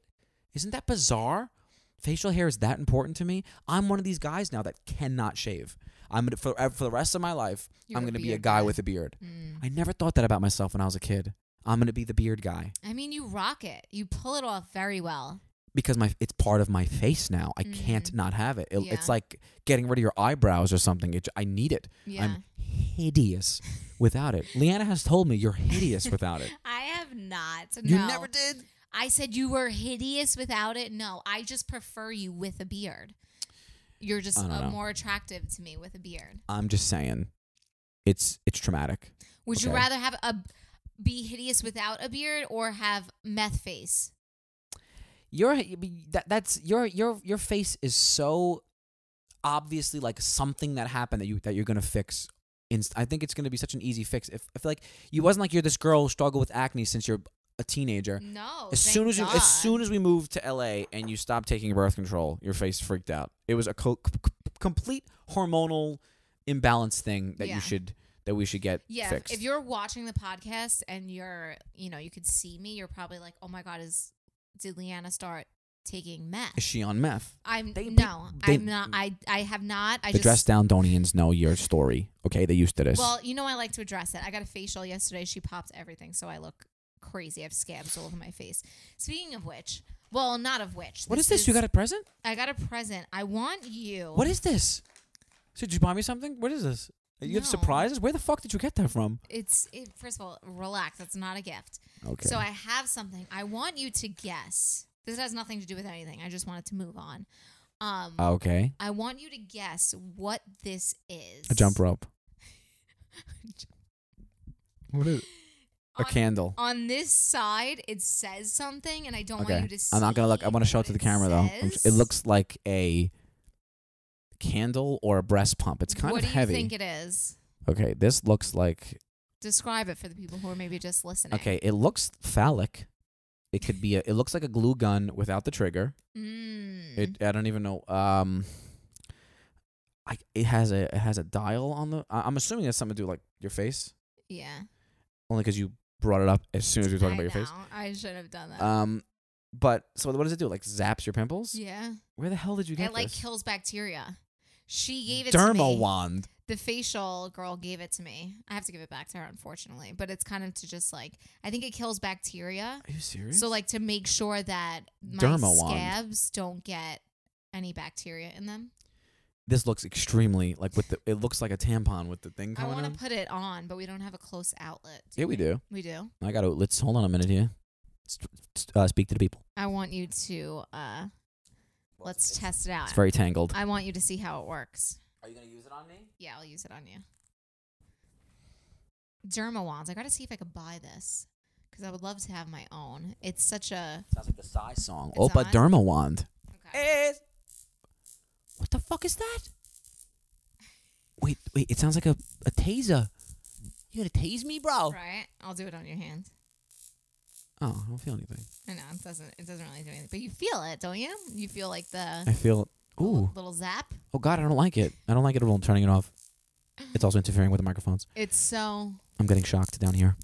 Isn't that bizarre? Facial hair is that important to me. I'm one of these guys now that cannot shave. I'm gonna, for, for the rest of my life, You're I'm a going to be a beard guy guy. with a beard. Mm. I never thought that about myself when I was a kid. I'm going to be the beard guy I mean, you rock it. You pull it off very well. because my it's part of my face now. I can't Mhm. not have it. It- Yeah. It's like getting rid of your eyebrows or something. It, I need it. Yeah. I'm hideous without it. Leanna has told me you're hideous without it. I have not. You no. never did. I said you were hideous without it. No, I just prefer you with a beard. You're just I don't know. uh, more attractive to me with a beard. I'm just saying, it's it's traumatic. Would you Okay. rather have a be hideous without a beard or have meth face? Your that that's your your your face is so obviously like something that happened that you that you're gonna fix. Inst- I think it's gonna be such an easy fix. If I feel like you wasn't like you're this girl who struggled with acne since you're a teenager. No. as soon as you, as soon as we moved to LA and you stopped taking birth control, your face freaked out. It was a co- c- c- complete hormonal imbalance thing that Yeah. you should that we should get yeah, fixed. if you're watching the podcast and you're, you know, you could see me, you're probably like, "Oh my god, is did Leanna start taking is meth?" she on meth? I'm they- no, they- I'm not. I I have not. I the just dress down Donians know your story. Okay, they used to this. Well, you know I like to address it. I got a facial yesterday. She popped everything, so I look crazy. I have scabs all over my face. Speaking of which, well, not of which. what is this? You got a present? I got a present. I want you. What is this? So did you buy me something? What is this? You have No. surprises? Where the fuck did you get that from? It's it, first of all, relax. That's not a gift. Okay. So I have something. I want you to guess. This has nothing to do with anything. I just wanted to move on. Um, okay. I want you to guess what this is. A jump rope. What is? A On- candle. On this side, it says something, and I don't okay. want you to. I'm not gonna look. I see want to show it what to the camera though. I'm sh- It says. looks like a candle or a breast pump. It's kind what of do heavy. you think it is? okay. This looks like. Describe it for the people who are maybe just listening. Okay. It looks phallic. It could be a. It looks like a glue gun without the trigger. Mm. It I don't even know. Um, I it has a it has a dial on the. I, I'm assuming that's something to do with, like your face, yeah. only because you brought it up as soon as we were talking I about your face. know. I should have done that. Um, but so what does it do? Like zaps your pimples? yeah. Where the hell did you get It like this? kills bacteria. She gave it to Dermal me. wand. The facial girl gave it to me. I have to give it back to her, unfortunately. But it's kind of to just like I think it kills bacteria. Are you serious? So like to make sure that my Derma wand. scabs don't get any bacteria in them. this looks extremely like with the. It looks like a tampon with the thing I coming want out. to put it on, but we don't have a close outlet. yeah, we do. We do. I got to let's hold on a minute here. St- st- uh, speak to the people. I want you to uh let's test it out. It's very tangled. I want you to see how it works. Are you gonna use it on me? Yeah, I'll use it on you. Derma wands. I gotta see if I could buy this because I would love to have my own. It's such a Sounds like the Psy song. It's Opa on? Derma wand. okay. is. What the fuck is that? Wait, wait, it sounds like a, a taser. You gonna tase me, bro? right. I'll do it on your hand. Oh, I don't feel anything. I know it doesn't. It doesn't really do anything, but you feel it, don't you? You feel like the I feel. little, Ooh. little zap. Oh, God, I don't like it. I don't like it at all. I'm turning it off. It's also interfering with the microphones. It's so I'm getting shocked down here.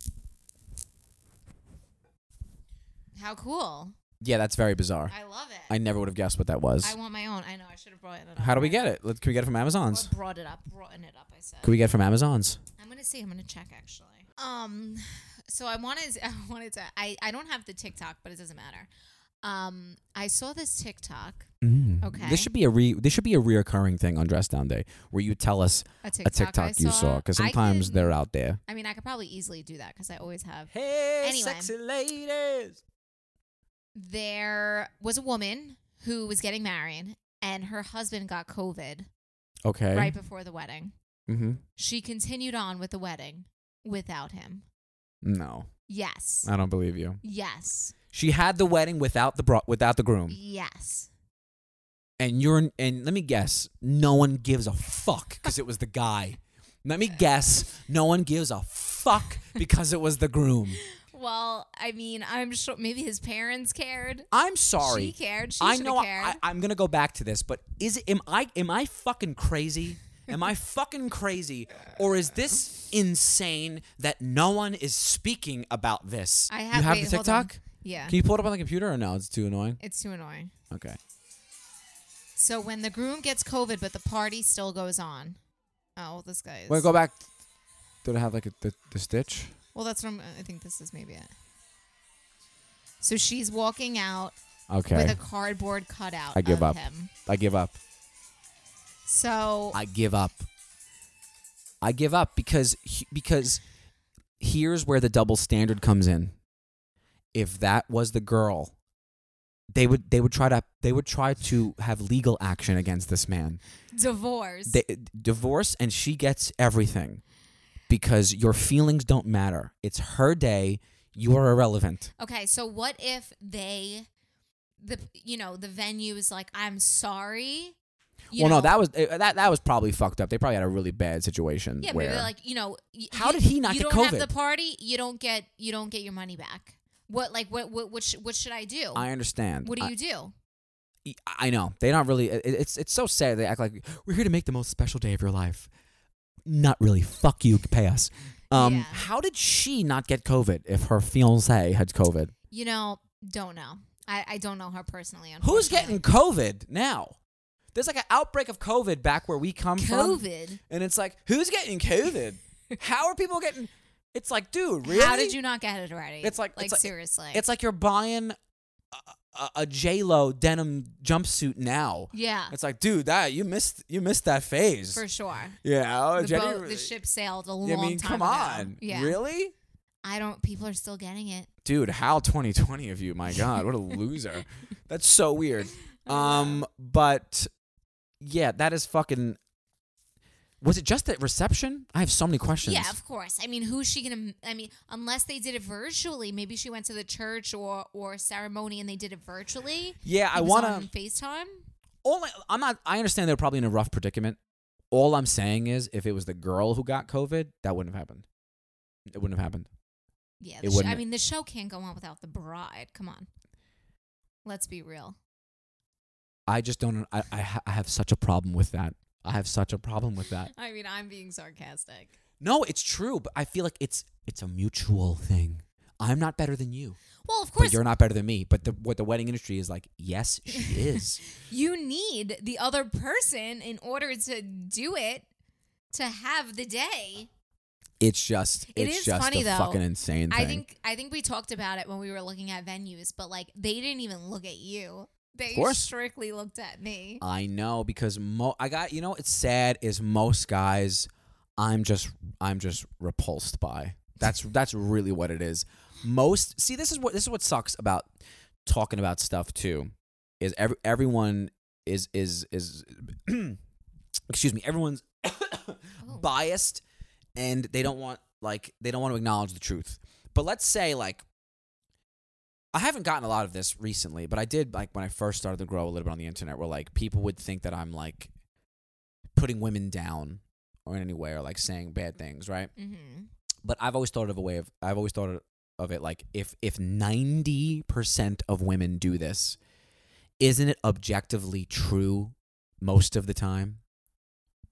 How cool. Yeah, that's very bizarre. I love it. I never would have guessed what that was. I want my own. I know. I should have brought it up. How do we get it? Let, can we get it from Or Amazon's? brought it up. Broughten it up, I said. Can we get it from Amazon's? I'm going to see. I'm going to check, actually. Um, So I wanted, I wanted to, I, I don't have the TikTok, but it doesn't matter. Um, I saw this TikTok. Mm. Okay. This should be a re. This should be a reoccurring thing on Dress Down Day, where you tell us A TikTok, a TikTok I you saw, because I sometimes can- they're out there. I mean, I could probably easily do that because I always have. Hey, Anyway. sexy ladies. There was a woman who was getting married, and her husband got COVID Okay. right before the wedding. Mm-hmm. She continued on with the wedding without him. No, Yes. I don't believe you. yes. She had the wedding without the bro- without the groom, Yes. and you're and let me guess, no one gives a fuck because it was the guy. Let me guess, no one gives a fuck because it was the groom. Well, I mean, I'm sure maybe his parents cared. I'm sorry. She cared. She I should know have I, cared. I, I'm gonna go back to this, but is it am I am I fucking crazy? Am I fucking crazy, or is this insane that no one is speaking about this? I you have wait, the hold on. TikTok. Yeah. Can you pull it up on the computer or no? It's too annoying. it's too annoying. Okay. So when the groom gets COVID, but the party still goes on. Oh, this guy is. Wait, go back. Did it have like a, the the stitch? Well, that's what I'm, I think this is maybe it. So she's walking out Okay. with a cardboard cutout I give up. of him. I give up. So I give up. I give up because he- because here's where the double standard comes in. If that was the girl, they would they would try to they would try to have legal action against this man. divorce. They, divorce and she gets everything because your feelings don't matter. It's her day. You are irrelevant. okay, so what if they the you know, the venue is like, I'm sorry. you well, know, no, that was eh, that that was probably fucked up. They probably had a really bad situation. Yeah, where maybe they're like, you know, y- How you- did he not you get don't COVID? have the party, you don't get you don't get your money back. What like what what what, sh- what should I do? I understand. "Oh, what do I- e, you do? I know they're not really. it- It's it's so sad. They act like we're here to make the most special day of your life. Not really. Fuck you. Pay us. Um, Yeah. how did she not get COVID if her fiance had COVID? You know, don't know. I, I don't know her personally. Who's unfortunately. getting COVID now? There's like an outbreak of COVID back where we come from, COVID? and it's like who's getting COVID? how are people getting? It's like, dude, really? How did you not get it already? It's like- like it's like- seriously. It's like you're buying a, a, a J Lo denim jumpsuit now. yeah, It's like, dude, that you missed you missed that phase. for sure. Yeah, oh, the, Jenny- boat, the ship sailed a long I mean, time come ago. on, Yeah, really, I don't. People are still getting it. dude? How 2020 of you? My God, what a loser. That's so weird. Um, but yeah, that is fucking. Was it just at reception? I have so many questions. Yeah, of course. I mean, who's she gonna? I mean, unless they did it virtually, maybe she went to the church or or ceremony and they did it virtually. Yeah, I It was want on to. FaceTime. All I, I'm not. I understand they're probably in a rough predicament. All I'm saying is, if it was the girl who got COVID, that wouldn't have happened. It wouldn't have happened. Yeah, It the sh- I wouldn't- mean, the show can't go on without the bride. Come on, let's be real. I just don't. I I, ha- I have such a problem with that. I have such a problem with that. I mean, I'm being sarcastic. No, it's true, but I feel like it's it's a mutual thing. I'm not better than you, Well, of but course, you're not better than me. But the, what the wedding industry is like, yes, she is. you need the other person in order to do it to have the day. It's just It it's is just funny, a though. fucking insane thing. I think I think we talked about it when we were looking at venues, but like they didn't even look at you. They Of course. strictly looked at me. I know because mo- I got you know it's sad is most guys I'm just I'm just repulsed by. That's that's really what it is. Most see this is what this is what sucks about talking about stuff too is every everyone is is is excuse me everyone's Oh. biased and they don't want like they don't want to acknowledge the truth. But let's say like I haven't gotten a lot of this recently, but I did like when I first started to grow a little bit on the internet where like people would think that I'm like putting women down or in any way or like saying bad things, right? Mm-hmm. But I've always thought of a way of I've always thought of it like if if 90% of women do this, isn't it objectively true most of the time?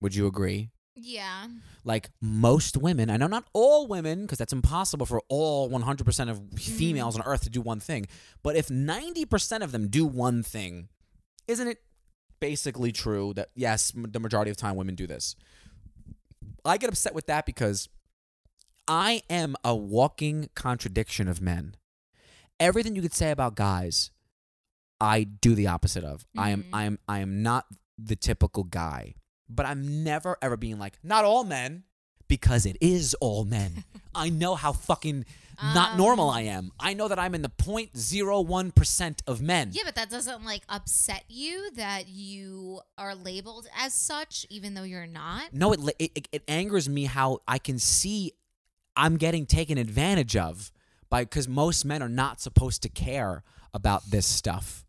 Would you agree? Yeah. Like most women, I know not all women, because that's impossible for all 100% of females on earth to do one thing, but if 90% of them do one thing, isn't it basically true that, yes, m- the majority of time women do this? I get upset with that because I am a walking contradiction of men. Everything you could say about guys, I do the opposite of. I am Mhm. I am I am not the typical guy. But I'm never ever being like, not all men, because it is all men. I know how fucking not Um. normal I am. I know that I'm in the 0.01% of men. Yeah, but that doesn't like upset you that you are labeled as such, even though you're not. No, it, it it- it angers me how I can see I'm getting taken advantage of by because most men are not supposed to care about this stuff.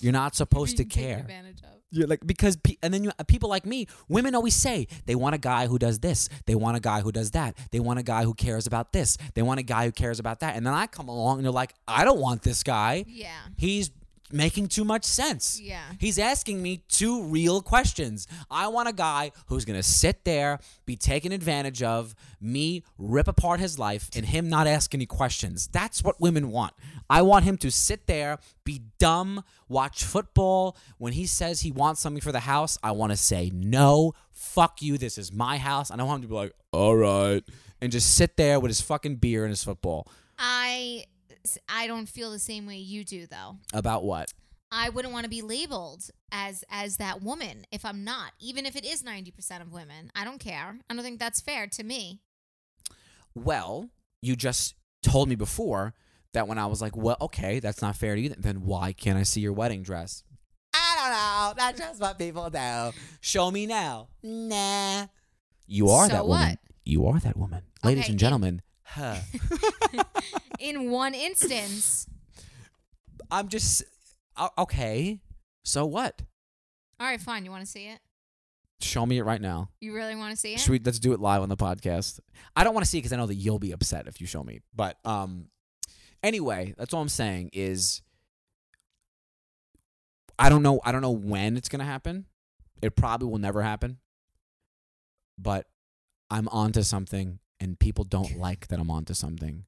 You're not supposed to Take care. advantage of. Yeah, like because pe- and then you, uh, people like me, women always say they want a guy who does this, they want a guy who does that, they want a guy who cares about this, they want a guy who cares about that, and then I come along and they're like, I don't want this guy. Yeah. He's making too much sense. Yeah. He's asking me two real questions. I want a guy who's going to sit there, be taken advantage of, me rip apart his life, and him not ask any questions. That's what women want. I want him to sit there, be dumb, watch football. When he says he wants something for the house, I want to say, no, fuck you. This is my house. And I want him to be like, all right. And just sit there with his fucking beer and his football. I I don't feel the same way you do though. About what? I wouldn't want to be labeled as as that woman if I'm not, even if it is 90% of women. I don't care. I don't think that's fair to me. well, you just told me before that when I was like, well, okay, that's not fair to you, then why can't I see your wedding dress? I don't know. That's just what people do. Show me now. Nah. You are So that woman. what? You are that woman. Ladies and Okay, and- gentlemen, huh. In one instance. I'm just, o- okay, so what? All right, fine. You want to see it? Show me it right now. You really want to see it? Should we, let's do it live on the podcast. I don't want to see it because I know that you'll be upset if you show me. But um, anyway, that's all I'm saying is I don't know. I don't know when it's gonna happen. It probably will never happen. But I'm onto something, and people don't like that I'm onto something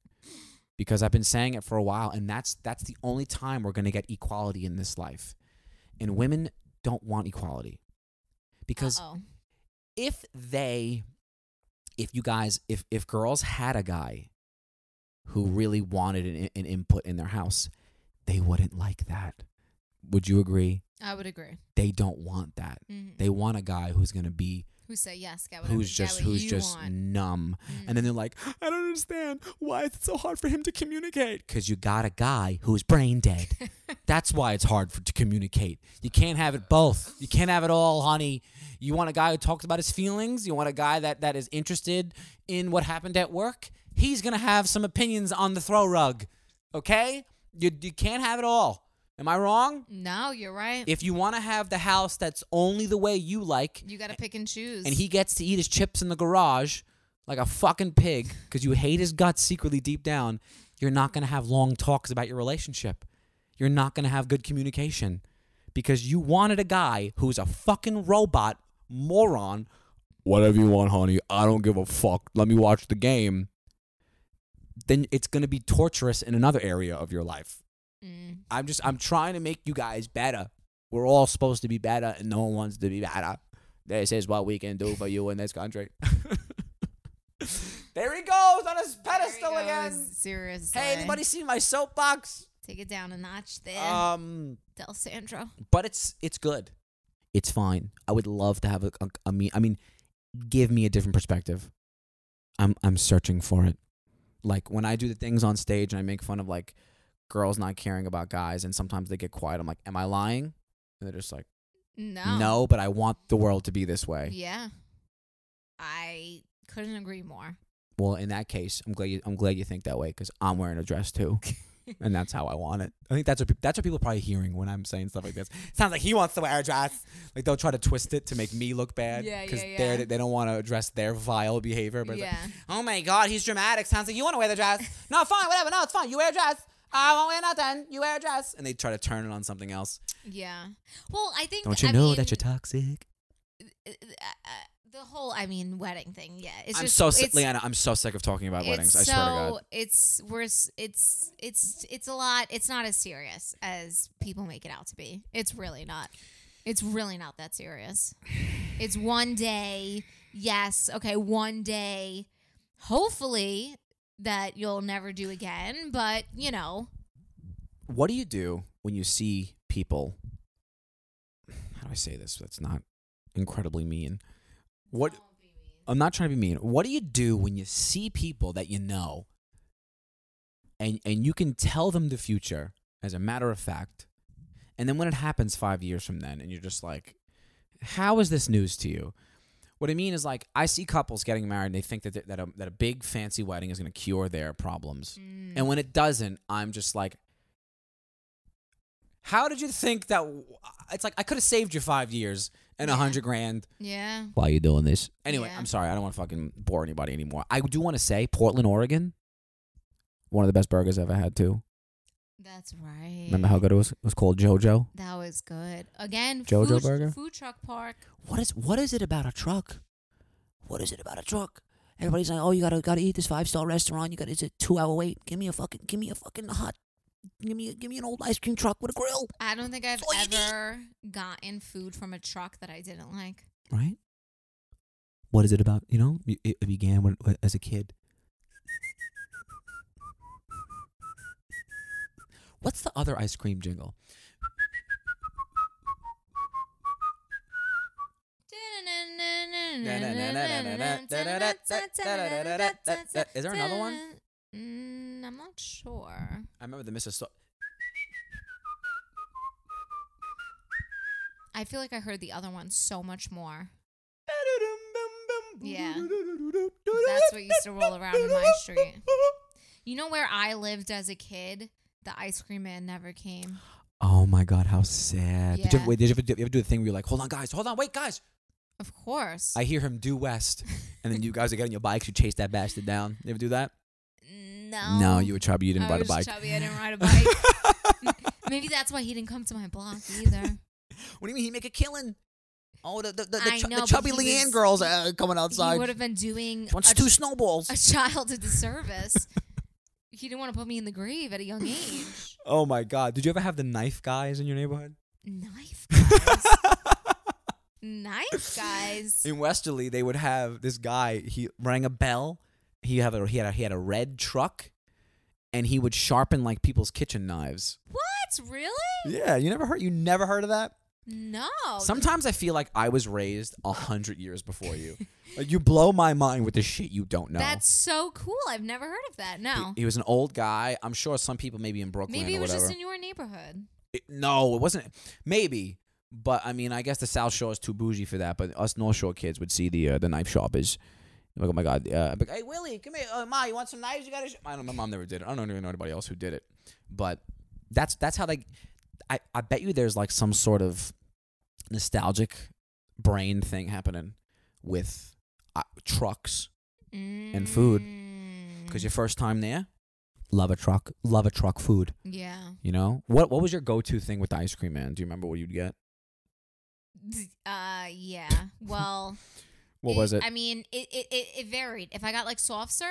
because I've been saying it for a while, and that's that's the only time we're gonna get equality in this life. And women don't want equality because Uh-oh. if they if you guys if if girls had a guy who really wanted an, an input in their house they wouldn't like that would you agree I would agree. they don't want that hmm they want a guy who's going to be Who say yes? Get what I- who's get just what who's you just want. numb Mm. and then they're like i don't understand why is it so hard for him to communicate cuz you got a guy who's brain dead that's why it's hard for, to communicate. You can't have it both. You can't have it all, honey. You want a guy who talks about his feelings. You want a guy that, that is interested in what happened at work. He's gonna have some opinions on the throw rug. Okay, you you can't have it all. Am I wrong? no, you're right. If you want to have the house that's only the way you like, you got to pick and choose. and he gets to eat his chips in the garage like a fucking pig because you hate his guts secretly deep down, you're not going to have long talks about your relationship. You're not going to have good communication because you wanted a guy who's a fucking robot moron. Whatever you want, honey. I don't give a fuck. Let me watch the game. Then it's going to be torturous in another area of your life. Mm. I'm just I'm trying to make you guys better. We're all supposed to be better, and no one wants to be better. This is what we can do for you in this country. there he goes on his pedestal There he again. goes. Seriously. Hey, anybody seen my soapbox? Take it down a notch there, Um, Del Sandro. but it's it's good. It's fine. I would love to have a, a, a me. I mean, give me a different perspective. I'm I'm searching for it. Like when I do the things on stage and I make fun of like girls not caring about guys, and sometimes they get quiet. I'm like, am I lying? And they're just like, No. no, but I want the world to be this way. Yeah. I couldn't agree more. Well, in that case, I'm glad you I'm glad you think that way because I'm wearing a dress too. And that's how I want it. I think that's what peop that's what people are probably hearing when I'm saying stuff like this. Sounds like he wants to wear a dress. Like they'll try to twist it to make me look bad. Yeah, yeah, they're- yeah. they don't want to address their vile behavior. But it's like, Yeah. oh my god, he's dramatic. Sounds like you want to wear the dress. No, fine, whatever. No, it's fine. You wear a dress. I won't wear nothing. You wear a dress. And they try to turn it on something else. Yeah. Well, I think Don't you I know mean, that you're toxic? uh, uh, the whole, I mean, wedding thing. Yeah, it's I'm just so it's, sick, Leanna. I'm so sick of talking about it's weddings. I so swear to God. it's worse. It's it's it's a lot. It's not as serious as people make it out to be. It's really not. It's really not that serious. It's one day. Yes, okay, one day. Hopefully that you'll never do again, but you know, What do you do when you see people? How do I say this? That's not incredibly mean. What? I'm not trying to be mean. What do you do when you see people that you know, and and you can tell them the future as a matter of fact, and then when it happens five years from then, and you're just like, how is this news to you? What I mean is like I see couples getting married and they think that th- that a, that a big fancy wedding is going to cure their problems. And when it doesn't, I'm just like how did you think that w- it's like I could have saved you 5 years and a Yeah. 100 grand yeah. while you're doing this. Anyway, Yeah. I'm sorry. I don't want to fucking bore anybody anymore. I do want to say Portland, Oregon one of the best burgers I've ever had too. That's right. Remember how good it was? It was called JoJo. That was good. Again, Jojo food, Burger? food truck park. what is what is it about a truck? What is it about a truck? Everybody's like, oh, you gotta gotta eat this five star restaurant. You got to it's a two hour wait. Give me a fucking give me a fucking hot, give me a, give me an old ice cream truck with a grill. I don't think I've all you need. ever gotten food from a truck that I didn't like. Right. What is it about? You know, it, it began when, when- as a kid. What's the other ice cream jingle? Is there another one? Mm, I'm not sure. I remember the Mrs. I feel like I heard the other one so much more. Yeah. Yeah. That's what used to roll around in my street. You know where I lived as a kid? The ice cream man never came. Oh my god, how sad. Did you Yeah. ever, wait, did you ever, do- you ever do the thing where you're like, hold on guys, hold on, wait guys. Of course. I hear him due west. And then you guys are getting your bikes, you chase that bastard down. You ever do that? no. No, you were chubby, you didn't Um, I ride a was bike. Chubby. I didn't ride a bike. Maybe that's why he didn't come to my block either. What do you mean he make a killing? Oh, the, the, the, the, I chu- know, the but chubby he Leanne was- girls are uh, coming outside. He would have been doing wants a two snowballs. a child a disservice. he didn't want to put me in the grave at a young age. oh my god. Did you ever have the knife guys in your neighborhood? Knife guys. Knife guys. in Westerly, they would have this guy. He rang a bell. He had a he had a, he had a red truck, and he would sharpen like people's kitchen knives. What? Really? Yeah, you never heard you never heard of that. Oh, No. Sometimes I feel like I was raised a hundred years before you. like you blow my mind with the shit you don't know. That's so cool. I've never heard of that. he, No. he was an old guy. I'm sure some people maybe in Brooklyn Maybe or it was whatever. just in your neighborhood. It- no, it wasn't. Maybe. But I mean, I guess the South Shore is too bougie for that. But us North Shore kids would see the uh, the knife shoppers. Like, oh my God! Uh, I'd be like, hey Willie, come Oh, here, uh, Ma. You want some knives? You gotta. Sh-. I don't. My mom never did it. I don't even know anybody else who did it. But that's that's how they. I I bet you there's like some sort of nostalgic brain thing happening with uh, trucks And food. Mm. Mm-hmm. because your first time there, love a truck, love a truck food. Yeah. You know what? What was your go-to thing with the ice cream man? Do you remember what you'd get? D- Uh, yeah. Well, What was it? Mm, I mean, it, it, it, it varied. If I got like soft serve,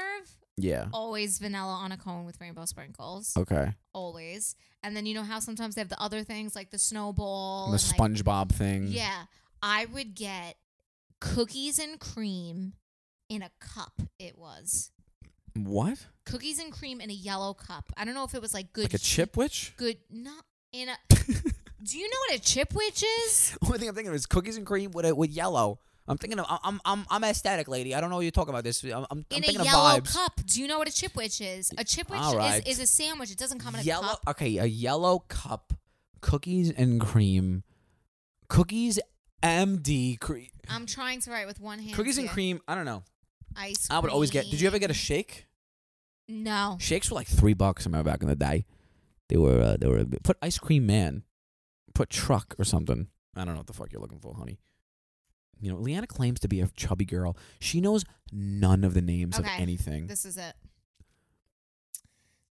yeah. always vanilla on a cone with rainbow sprinkles. Okay. always. And then you know how sometimes they have the other things like the snowball, And the and, like- SpongeBob thing. yeah, I would get cookies and cream in a cup. It was What? cookies and cream in a yellow cup. I don't know if it was like good, Like a chip witch? good, not in a. Do you know what a chipwich is? Only thing I'm thinking of is cookies and cream with with yellow. I'm thinking of I'm I'm I'm aesthetic, lady. I don't know what you're talking about. This I'm I'm, I'm In thinking a of yellow vibes. cup. Do you know what a chipwich is? A chipwich All right. is, is a sandwich. It doesn't come in a yellow. cup. Okay, a yellow cup, cookies and cream, cookies. MD cre- I'm trying to write with one hand. cookies and here. cream. I don't know. Ice. I would always get. Did you ever get a cream. shake? no. Shakes were like three bucks. I remember back in the day. They were uh, they were put ice cream man, put truck or something. I don't know what the fuck you're looking for, honey. You know, Leanna claims to be a chubby girl. She knows none of the names of Okay. anything. This is it.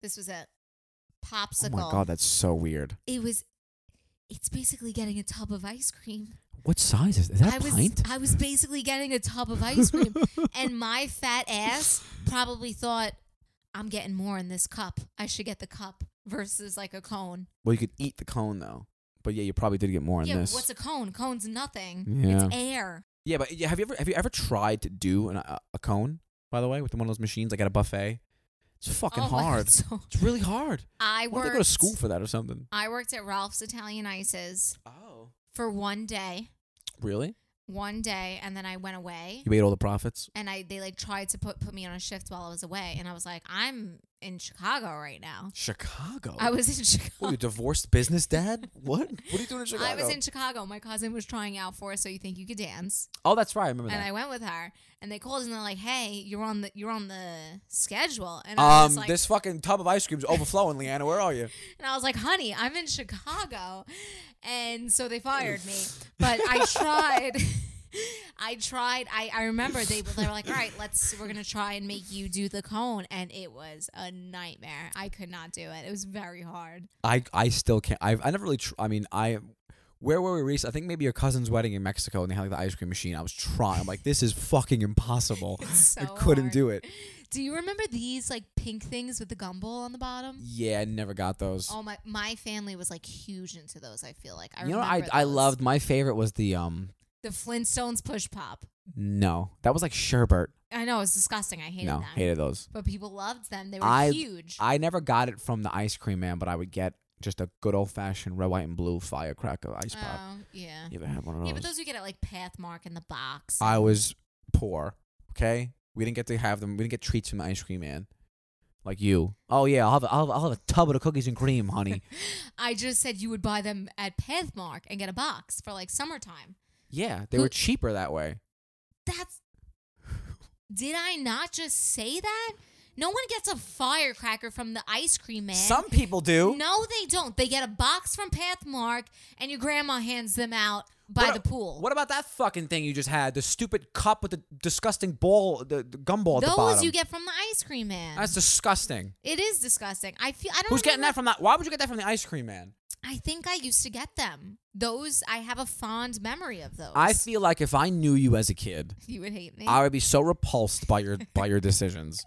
This was it. oh Popsicle. my god, that's so weird. It was It's basically getting a tub of ice cream. What size is, is that? I A was pint? I was basically getting a tub of ice cream, and my fat ass probably thought, "I'm getting more in this cup. I should get the cup versus like a cone." well, you could eat the cone though. But yeah, you probably did get more in yeah, this. what's a cone? Cone's nothing. Yeah. It's air. yeah, but yeah, have you ever have you ever tried to do an, uh, a, a cone? By the way, with one of those machines like at a buffet, it's fucking Oh my God, hard. so- It's really hard. I Why worked. don't they go to school for that or something? I worked at Ralph's Italian Ices Oh, for one day, really? one day, and then I went away. You made all the profits. And I they like tried to put put me on a shift while I was away, and I was like, I'm in Chicago right now. Chicago. I was in Chicago. Oh, you divorced business dad? what? What are you doing in Chicago? I was in Chicago. My cousin was trying out for So You Think You Could Dance, oh, that's right. I remember and that. I went with her. And they called and they're like, "Hey, you're on the you're on the schedule." And I um, was like, this fucking tub of ice cream's overflowing, Leanna. Where are you? "And I was like, honey, I'm in Chicago," and so they fired me. But I tried. I tried. I, I remember they were- they were like, "All right, let's we're gonna try and make you do the cone," and it was a nightmare. I could not do it. It was very hard. I I still can't. I I never really. Tr- I mean, I. Where were we recently? I think maybe your cousin's wedding in Mexico, and they had like the ice cream machine. I was trying. I'm like, this is fucking impossible. It's I so couldn't hard. do it. Do you remember these like pink things with the gumball on the bottom? Yeah, I never got those. Oh my! My family was like huge into those. I feel like I you know, what I remember I those. loved. My favorite was the um. the Flintstones push pop. No, that was like sherbet. I know it's disgusting. I hated no, them, hated those. but people loved them. They were I- huge. I never got it from the ice cream man, but I would get just a good old fashioned red, white, and blue firecracker ice pop. oh yeah, You ever had one of those? yeah. But those you get at like Pathmark in the box. I was poor. Okay, we didn't get to have them. We didn't get treats from the ice cream man, like you. Oh yeah, I'll have a, I'll, have- I'll have a tub of the cookies and cream, honey. I just said you would buy them at Pathmark and get a box for like summertime. yeah, they Who- were cheaper that way. That's. Did I not just say that? No one gets a firecracker from the ice cream man. Some people do. Eh? No, they don't. They get a box from Pathmark, and your grandma hands them out by What the a- pool. What about that fucking thing you just had? The stupid cup with the disgusting ball, the, the gumball at the Those bottom. you get from the ice cream man. That's disgusting. it is disgusting. I feel I don't. Who's getting that remember- from that? Why would you get that from the ice cream man? I think I used to get them. Those I have a fond memory of those. I feel like if I knew you as a kid, you would hate me. I would be so repulsed by your by your decisions.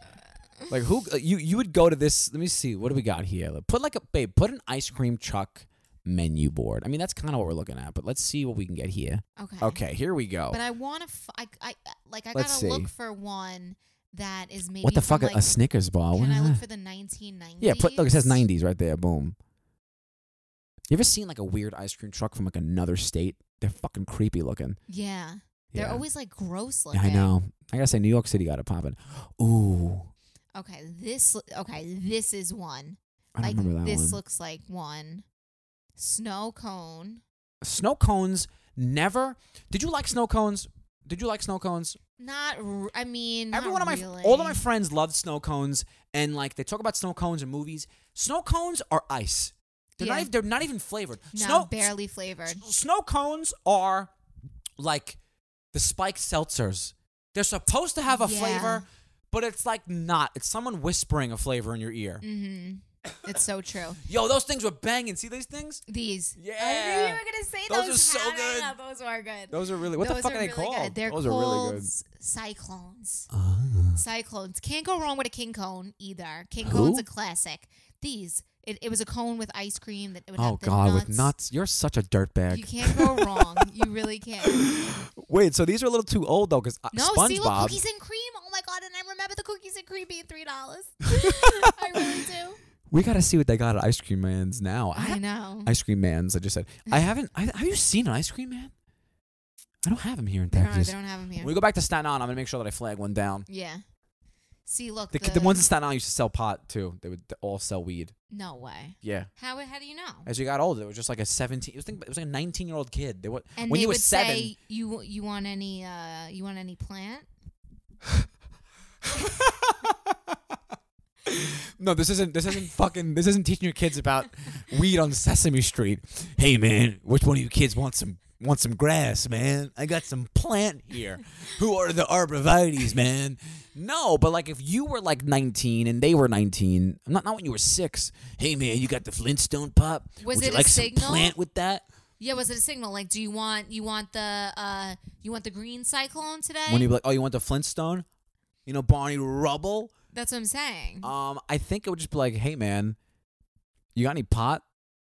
Like who uh, you you would go to this? Let me see. What do we got here? Put like a babe. Put an ice cream truck menu board. I mean that's kind of what we're looking at. But let's see what we can get here. okay. Okay, here we go. But I want to. F- I, I like. I gotta Oh. Let's see. look for one that is maybe. what the from, fuck? a Like, Snickers bar? What can is I look that? for the 1990s? yeah, put look. It says '90s right there. Boom. You ever seen like a weird ice cream truck from like another state? They're fucking creepy looking. Yeah, they're Yeah. always like gross Yeah, looking. I know. I gotta say, New York City got it popping. Ooh, Okay, this. Okay, this is one. I don't like remember that this one. looks like one snow cone. snow cones never did you like snow cones did you like snow cones Not, r- I mean, every one not of my really. all of my friends loved snow cones and like they talk about snow cones in movies snow cones are ice they're not Yeah. even, they're not even flavored no, snow barely flavored. s- snow cones are like the spiked seltzers they're supposed to have a Yeah. flavor but it's like not it's someone whispering a flavor in your ear hmm It's so true. yo those things were banging see these things These. I knew you Yeah. were gonna say Those those. are so How did I good. not- Those are good. those are really what Those the fuck are are, they really called Good. They're those called are really good s- cyclones. Ah. Cyclones. Can't go wrong with a king cone either. King cone's Who? a classic. These. It, it was a cone with ice cream that it would Oh have the God, nuts. with nuts, you're such a dirtbag. You can't go wrong. you really can't. Wait, so these are a little too old though, because No, see, look, SpongeBob. cookies and cream. Oh my god! And I remember the cookies and cream being three dollars. I really do. we gotta see what they got at Ice Cream Man's now. I, I know. Ice Cream Man's. I just said I haven't. I, have you seen an Ice Cream Man? I don't have him here in they, don't, Texas. they don't have them here. When we go back to Staten Island, I'm gonna make sure that I flag one down. yeah. See, look, The, the, the, ones in Staten Island used to sell pot too. They would all sell weed. No way. Yeah. How how do you know? As you got older, it was just like a 17. It was, think, it was like a 19 year old kid. They were, And when they you were would seven. say you you want any uh you want any plant? No, this isn't. This isn't fucking. This isn't teaching your kids about weed on Sesame Street. Hey man, which one of you kids wants some want some grass, man. I got some plant here. Who are the arborvitaes, man? No, but like if you were like 19 and they were 19, not not when you were six. Hey, man, you got the Flintstone pop. Was Would it you a like some signal? plant with that? Yeah, was it a signal? Like, do you want you want the uh you want the green cyclone today? When you be like, oh, you want the Flintstone? You know, Barney Rubble. That's what I'm saying. Um, I think it would just be like, hey, man, you got any pot?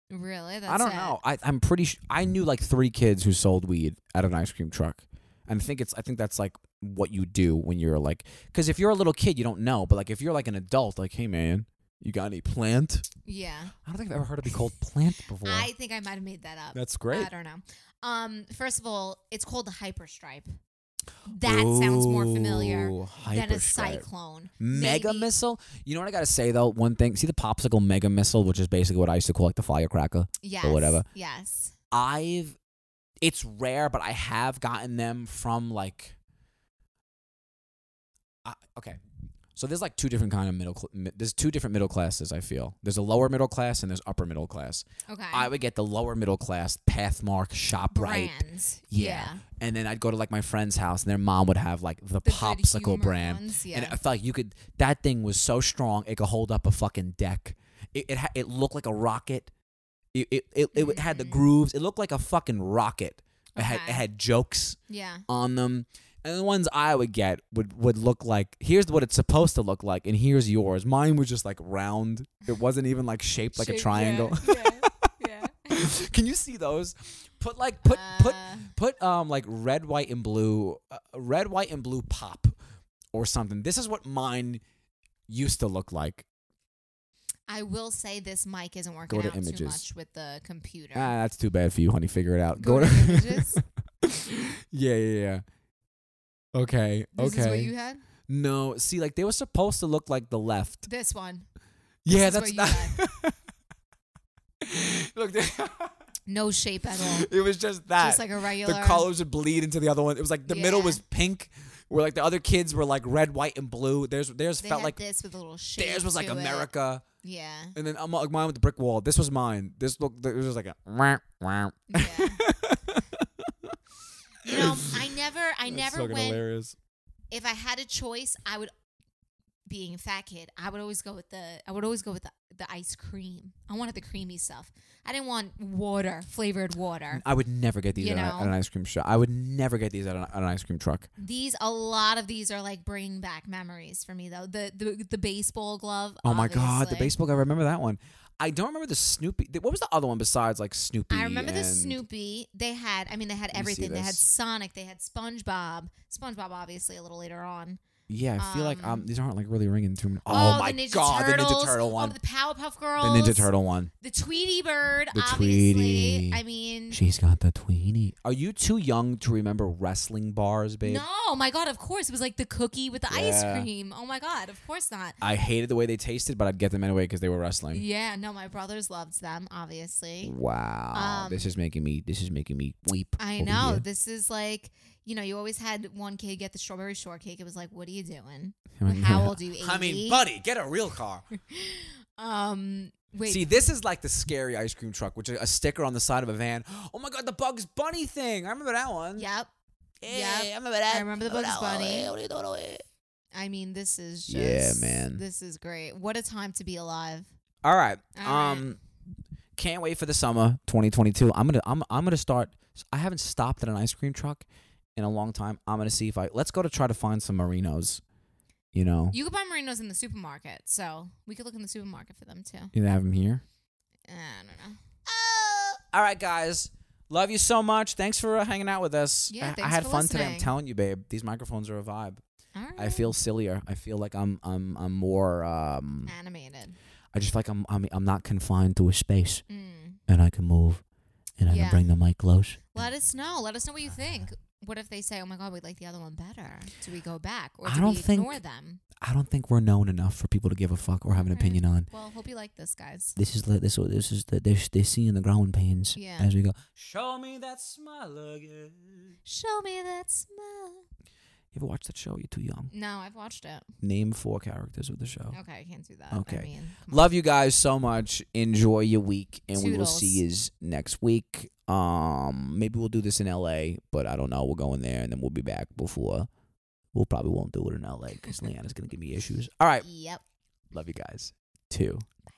really? That's I don't it. know. I, I'm pretty. Sh- I knew like three kids who sold weed at an ice cream truck, and I think it's. I think that's like what you do when you're like, because if you're a little kid, you don't know. But like if you're like an adult, like, hey man, you got any plant? Yeah. I don't think I've ever heard it be called plant before. I think I might have made that up. that's great. I don't know. Um, first of all, it's called the hyperstripe. That sounds more familiar Ooh, than a Hyperstripe. cyclone. Mega Maybe- missile. You know what I gotta say though? One thing. See the popsicle mega missile, which is basically what I used to call like the firecracker. yes, whatever. Yes. I've it's rare, but I have gotten them from like I, okay. So there's like two different kind of middle cl- mi- there's two different middle classes I feel. There's a lower middle class and there's upper middle class. Okay. I would get the lower middle class Pathmark ShopRite. Brands. Yeah. And then I'd go to like my friend's house and their mom would have like the, The good popsicle humor brand. ones, And yeah. I felt like you could that thing was so strong it could hold up a fucking deck. It it, ha- it looked like a rocket. It it it, it w- had the Mhm. grooves. It looked like a fucking rocket. It had it Okay. had jokes Yeah. on them. And the ones I would get would would look like here's what it's supposed to look like and here's yours. Mine was just like round. It wasn't even like shaped like a triangle. Yeah. yeah. Can you see those? Put like put put Uh, put um like red, white, and blue, uh, red, white, and blue pop or something. This is what mine used to look like. I will say this mic isn't working to out images. too much with the computer. Ah, that's too bad for you, honey. Figure it out. Go to images. yeah, yeah, yeah. Okay, This okay. is what you had. no, see, like they were supposed to look like the left. This one. Yeah, This is that's what not. look, they- No shape at all. it was just that. Just like a regular. Ah, the colors would bleed into the other one. It was like the middle Yeah. was pink, where like the other kids were like red, white, and blue. Theirs, theirs They felt had like this with a little shape. theirs was like to it. America. Yeah. And then I'm like mine with the brick wall. This was mine. This look. It was just like a. wah, wah. Yeah. you know, I never, I That's never fucking went. hilarious. If I had a choice, I would. Being a fat kid, I would always go with the. I would always go with the, the ice cream. I wanted the creamy stuff. I didn't want water flavored water. I would never get these You at, an, at know? an ice cream shop. I would never get these at an, at an ice cream truck. These a lot of these are like bringing back memories for me though. The the, the baseball glove. Oh my god, the obviously. baseball guy. I remember that one. I don't remember the Snoopy. What was the other one besides like Snoopy? I remember the and- Snoopy. They had, I mean, they had me see everything. They had this. Sonic. They had SpongeBob. SpongeBob, obviously, a little later on. Yeah, I feel like um, um these aren't like really ringing too. Many. Oh, my the Ninja god, Turtles, the Ninja Turtle one. Oh, the Powerpuff the Girls. Ninja Turtle one. The Tweety Bird, The obviously. Tweety. I mean, She's got the tweenie. Are you too young to remember wrestling bars, babe? no, my God, of course. It was like the cookie with the Yeah. ice cream. Oh my God, of course not. I hated the way they tasted, but I'd get them anyway because they were wrestling. Yeah, no, my brothers loved them, Mm. obviously. Wow, Um, this is making me. This is making me weep. I over know. here. This is like, you know, you always had one kid get the strawberry shortcake. It was like, what are you doing? I mean, How old are you? 80? I mean, buddy, get a real car. Um, wait. See, this is like the scary ice cream truck, which is a sticker on the side of a van. Oh my god, the Bugs Bunny thing. I remember that one. Yep. Hey, Yep. I remember that. I remember the Bugs that one. Bunny. Hey, what are you doing over here? I mean, this is just Yeah, man. This is great. What a time to be alive. All right. All um, can't wait for the summer 2022. I'm gonna, I'm, I'm gonna start. I haven't stopped at an ice cream truck in a long time. I'm gonna see if I. Let's go to try to find some merinos. You know, You could buy merinos in the supermarket, so we could look in the supermarket for them too. you can have them here. Uh, I don't know. Oh. All right, guys. Love you so much. Thanks for uh, hanging out with us. Yeah, I- I, thanks had for fun today. I'm listening. telling you, babe. These microphones are a vibe. All right. I feel sillier. I feel like I'm I'm I'm more um animated. I just feel like I'm I'm I'm not confined to a space Mm. and I can move and I can Yeah. bring the mic close. Let us know. Let us know what you think. What if they say, "Oh my God, we like the other one better"? Do we go back or do I don't we think- ignore them? I don't think we're known enough for people to give a fuck or have an Alright. opinion on. Well, hope you like this, guys. This is like this this is the they're they're seeing the growing pains Yeah. as we go. Show me that smile again. Show me that smile. You ever watch that show? You're too young. No, I've watched it. Name four characters with the show. Okay, I can't do that. Okay. I mean, come on. Love you guys so much. Enjoy your week, and we will Toodles. see you next week. Um, maybe we'll do this in L.A., but I don't know. We'll go in there, and then we'll be back before. We'll probably won't do it in L.A. because Leanna's gonna give me issues. All right, Yep. love you guys. Two. Bye.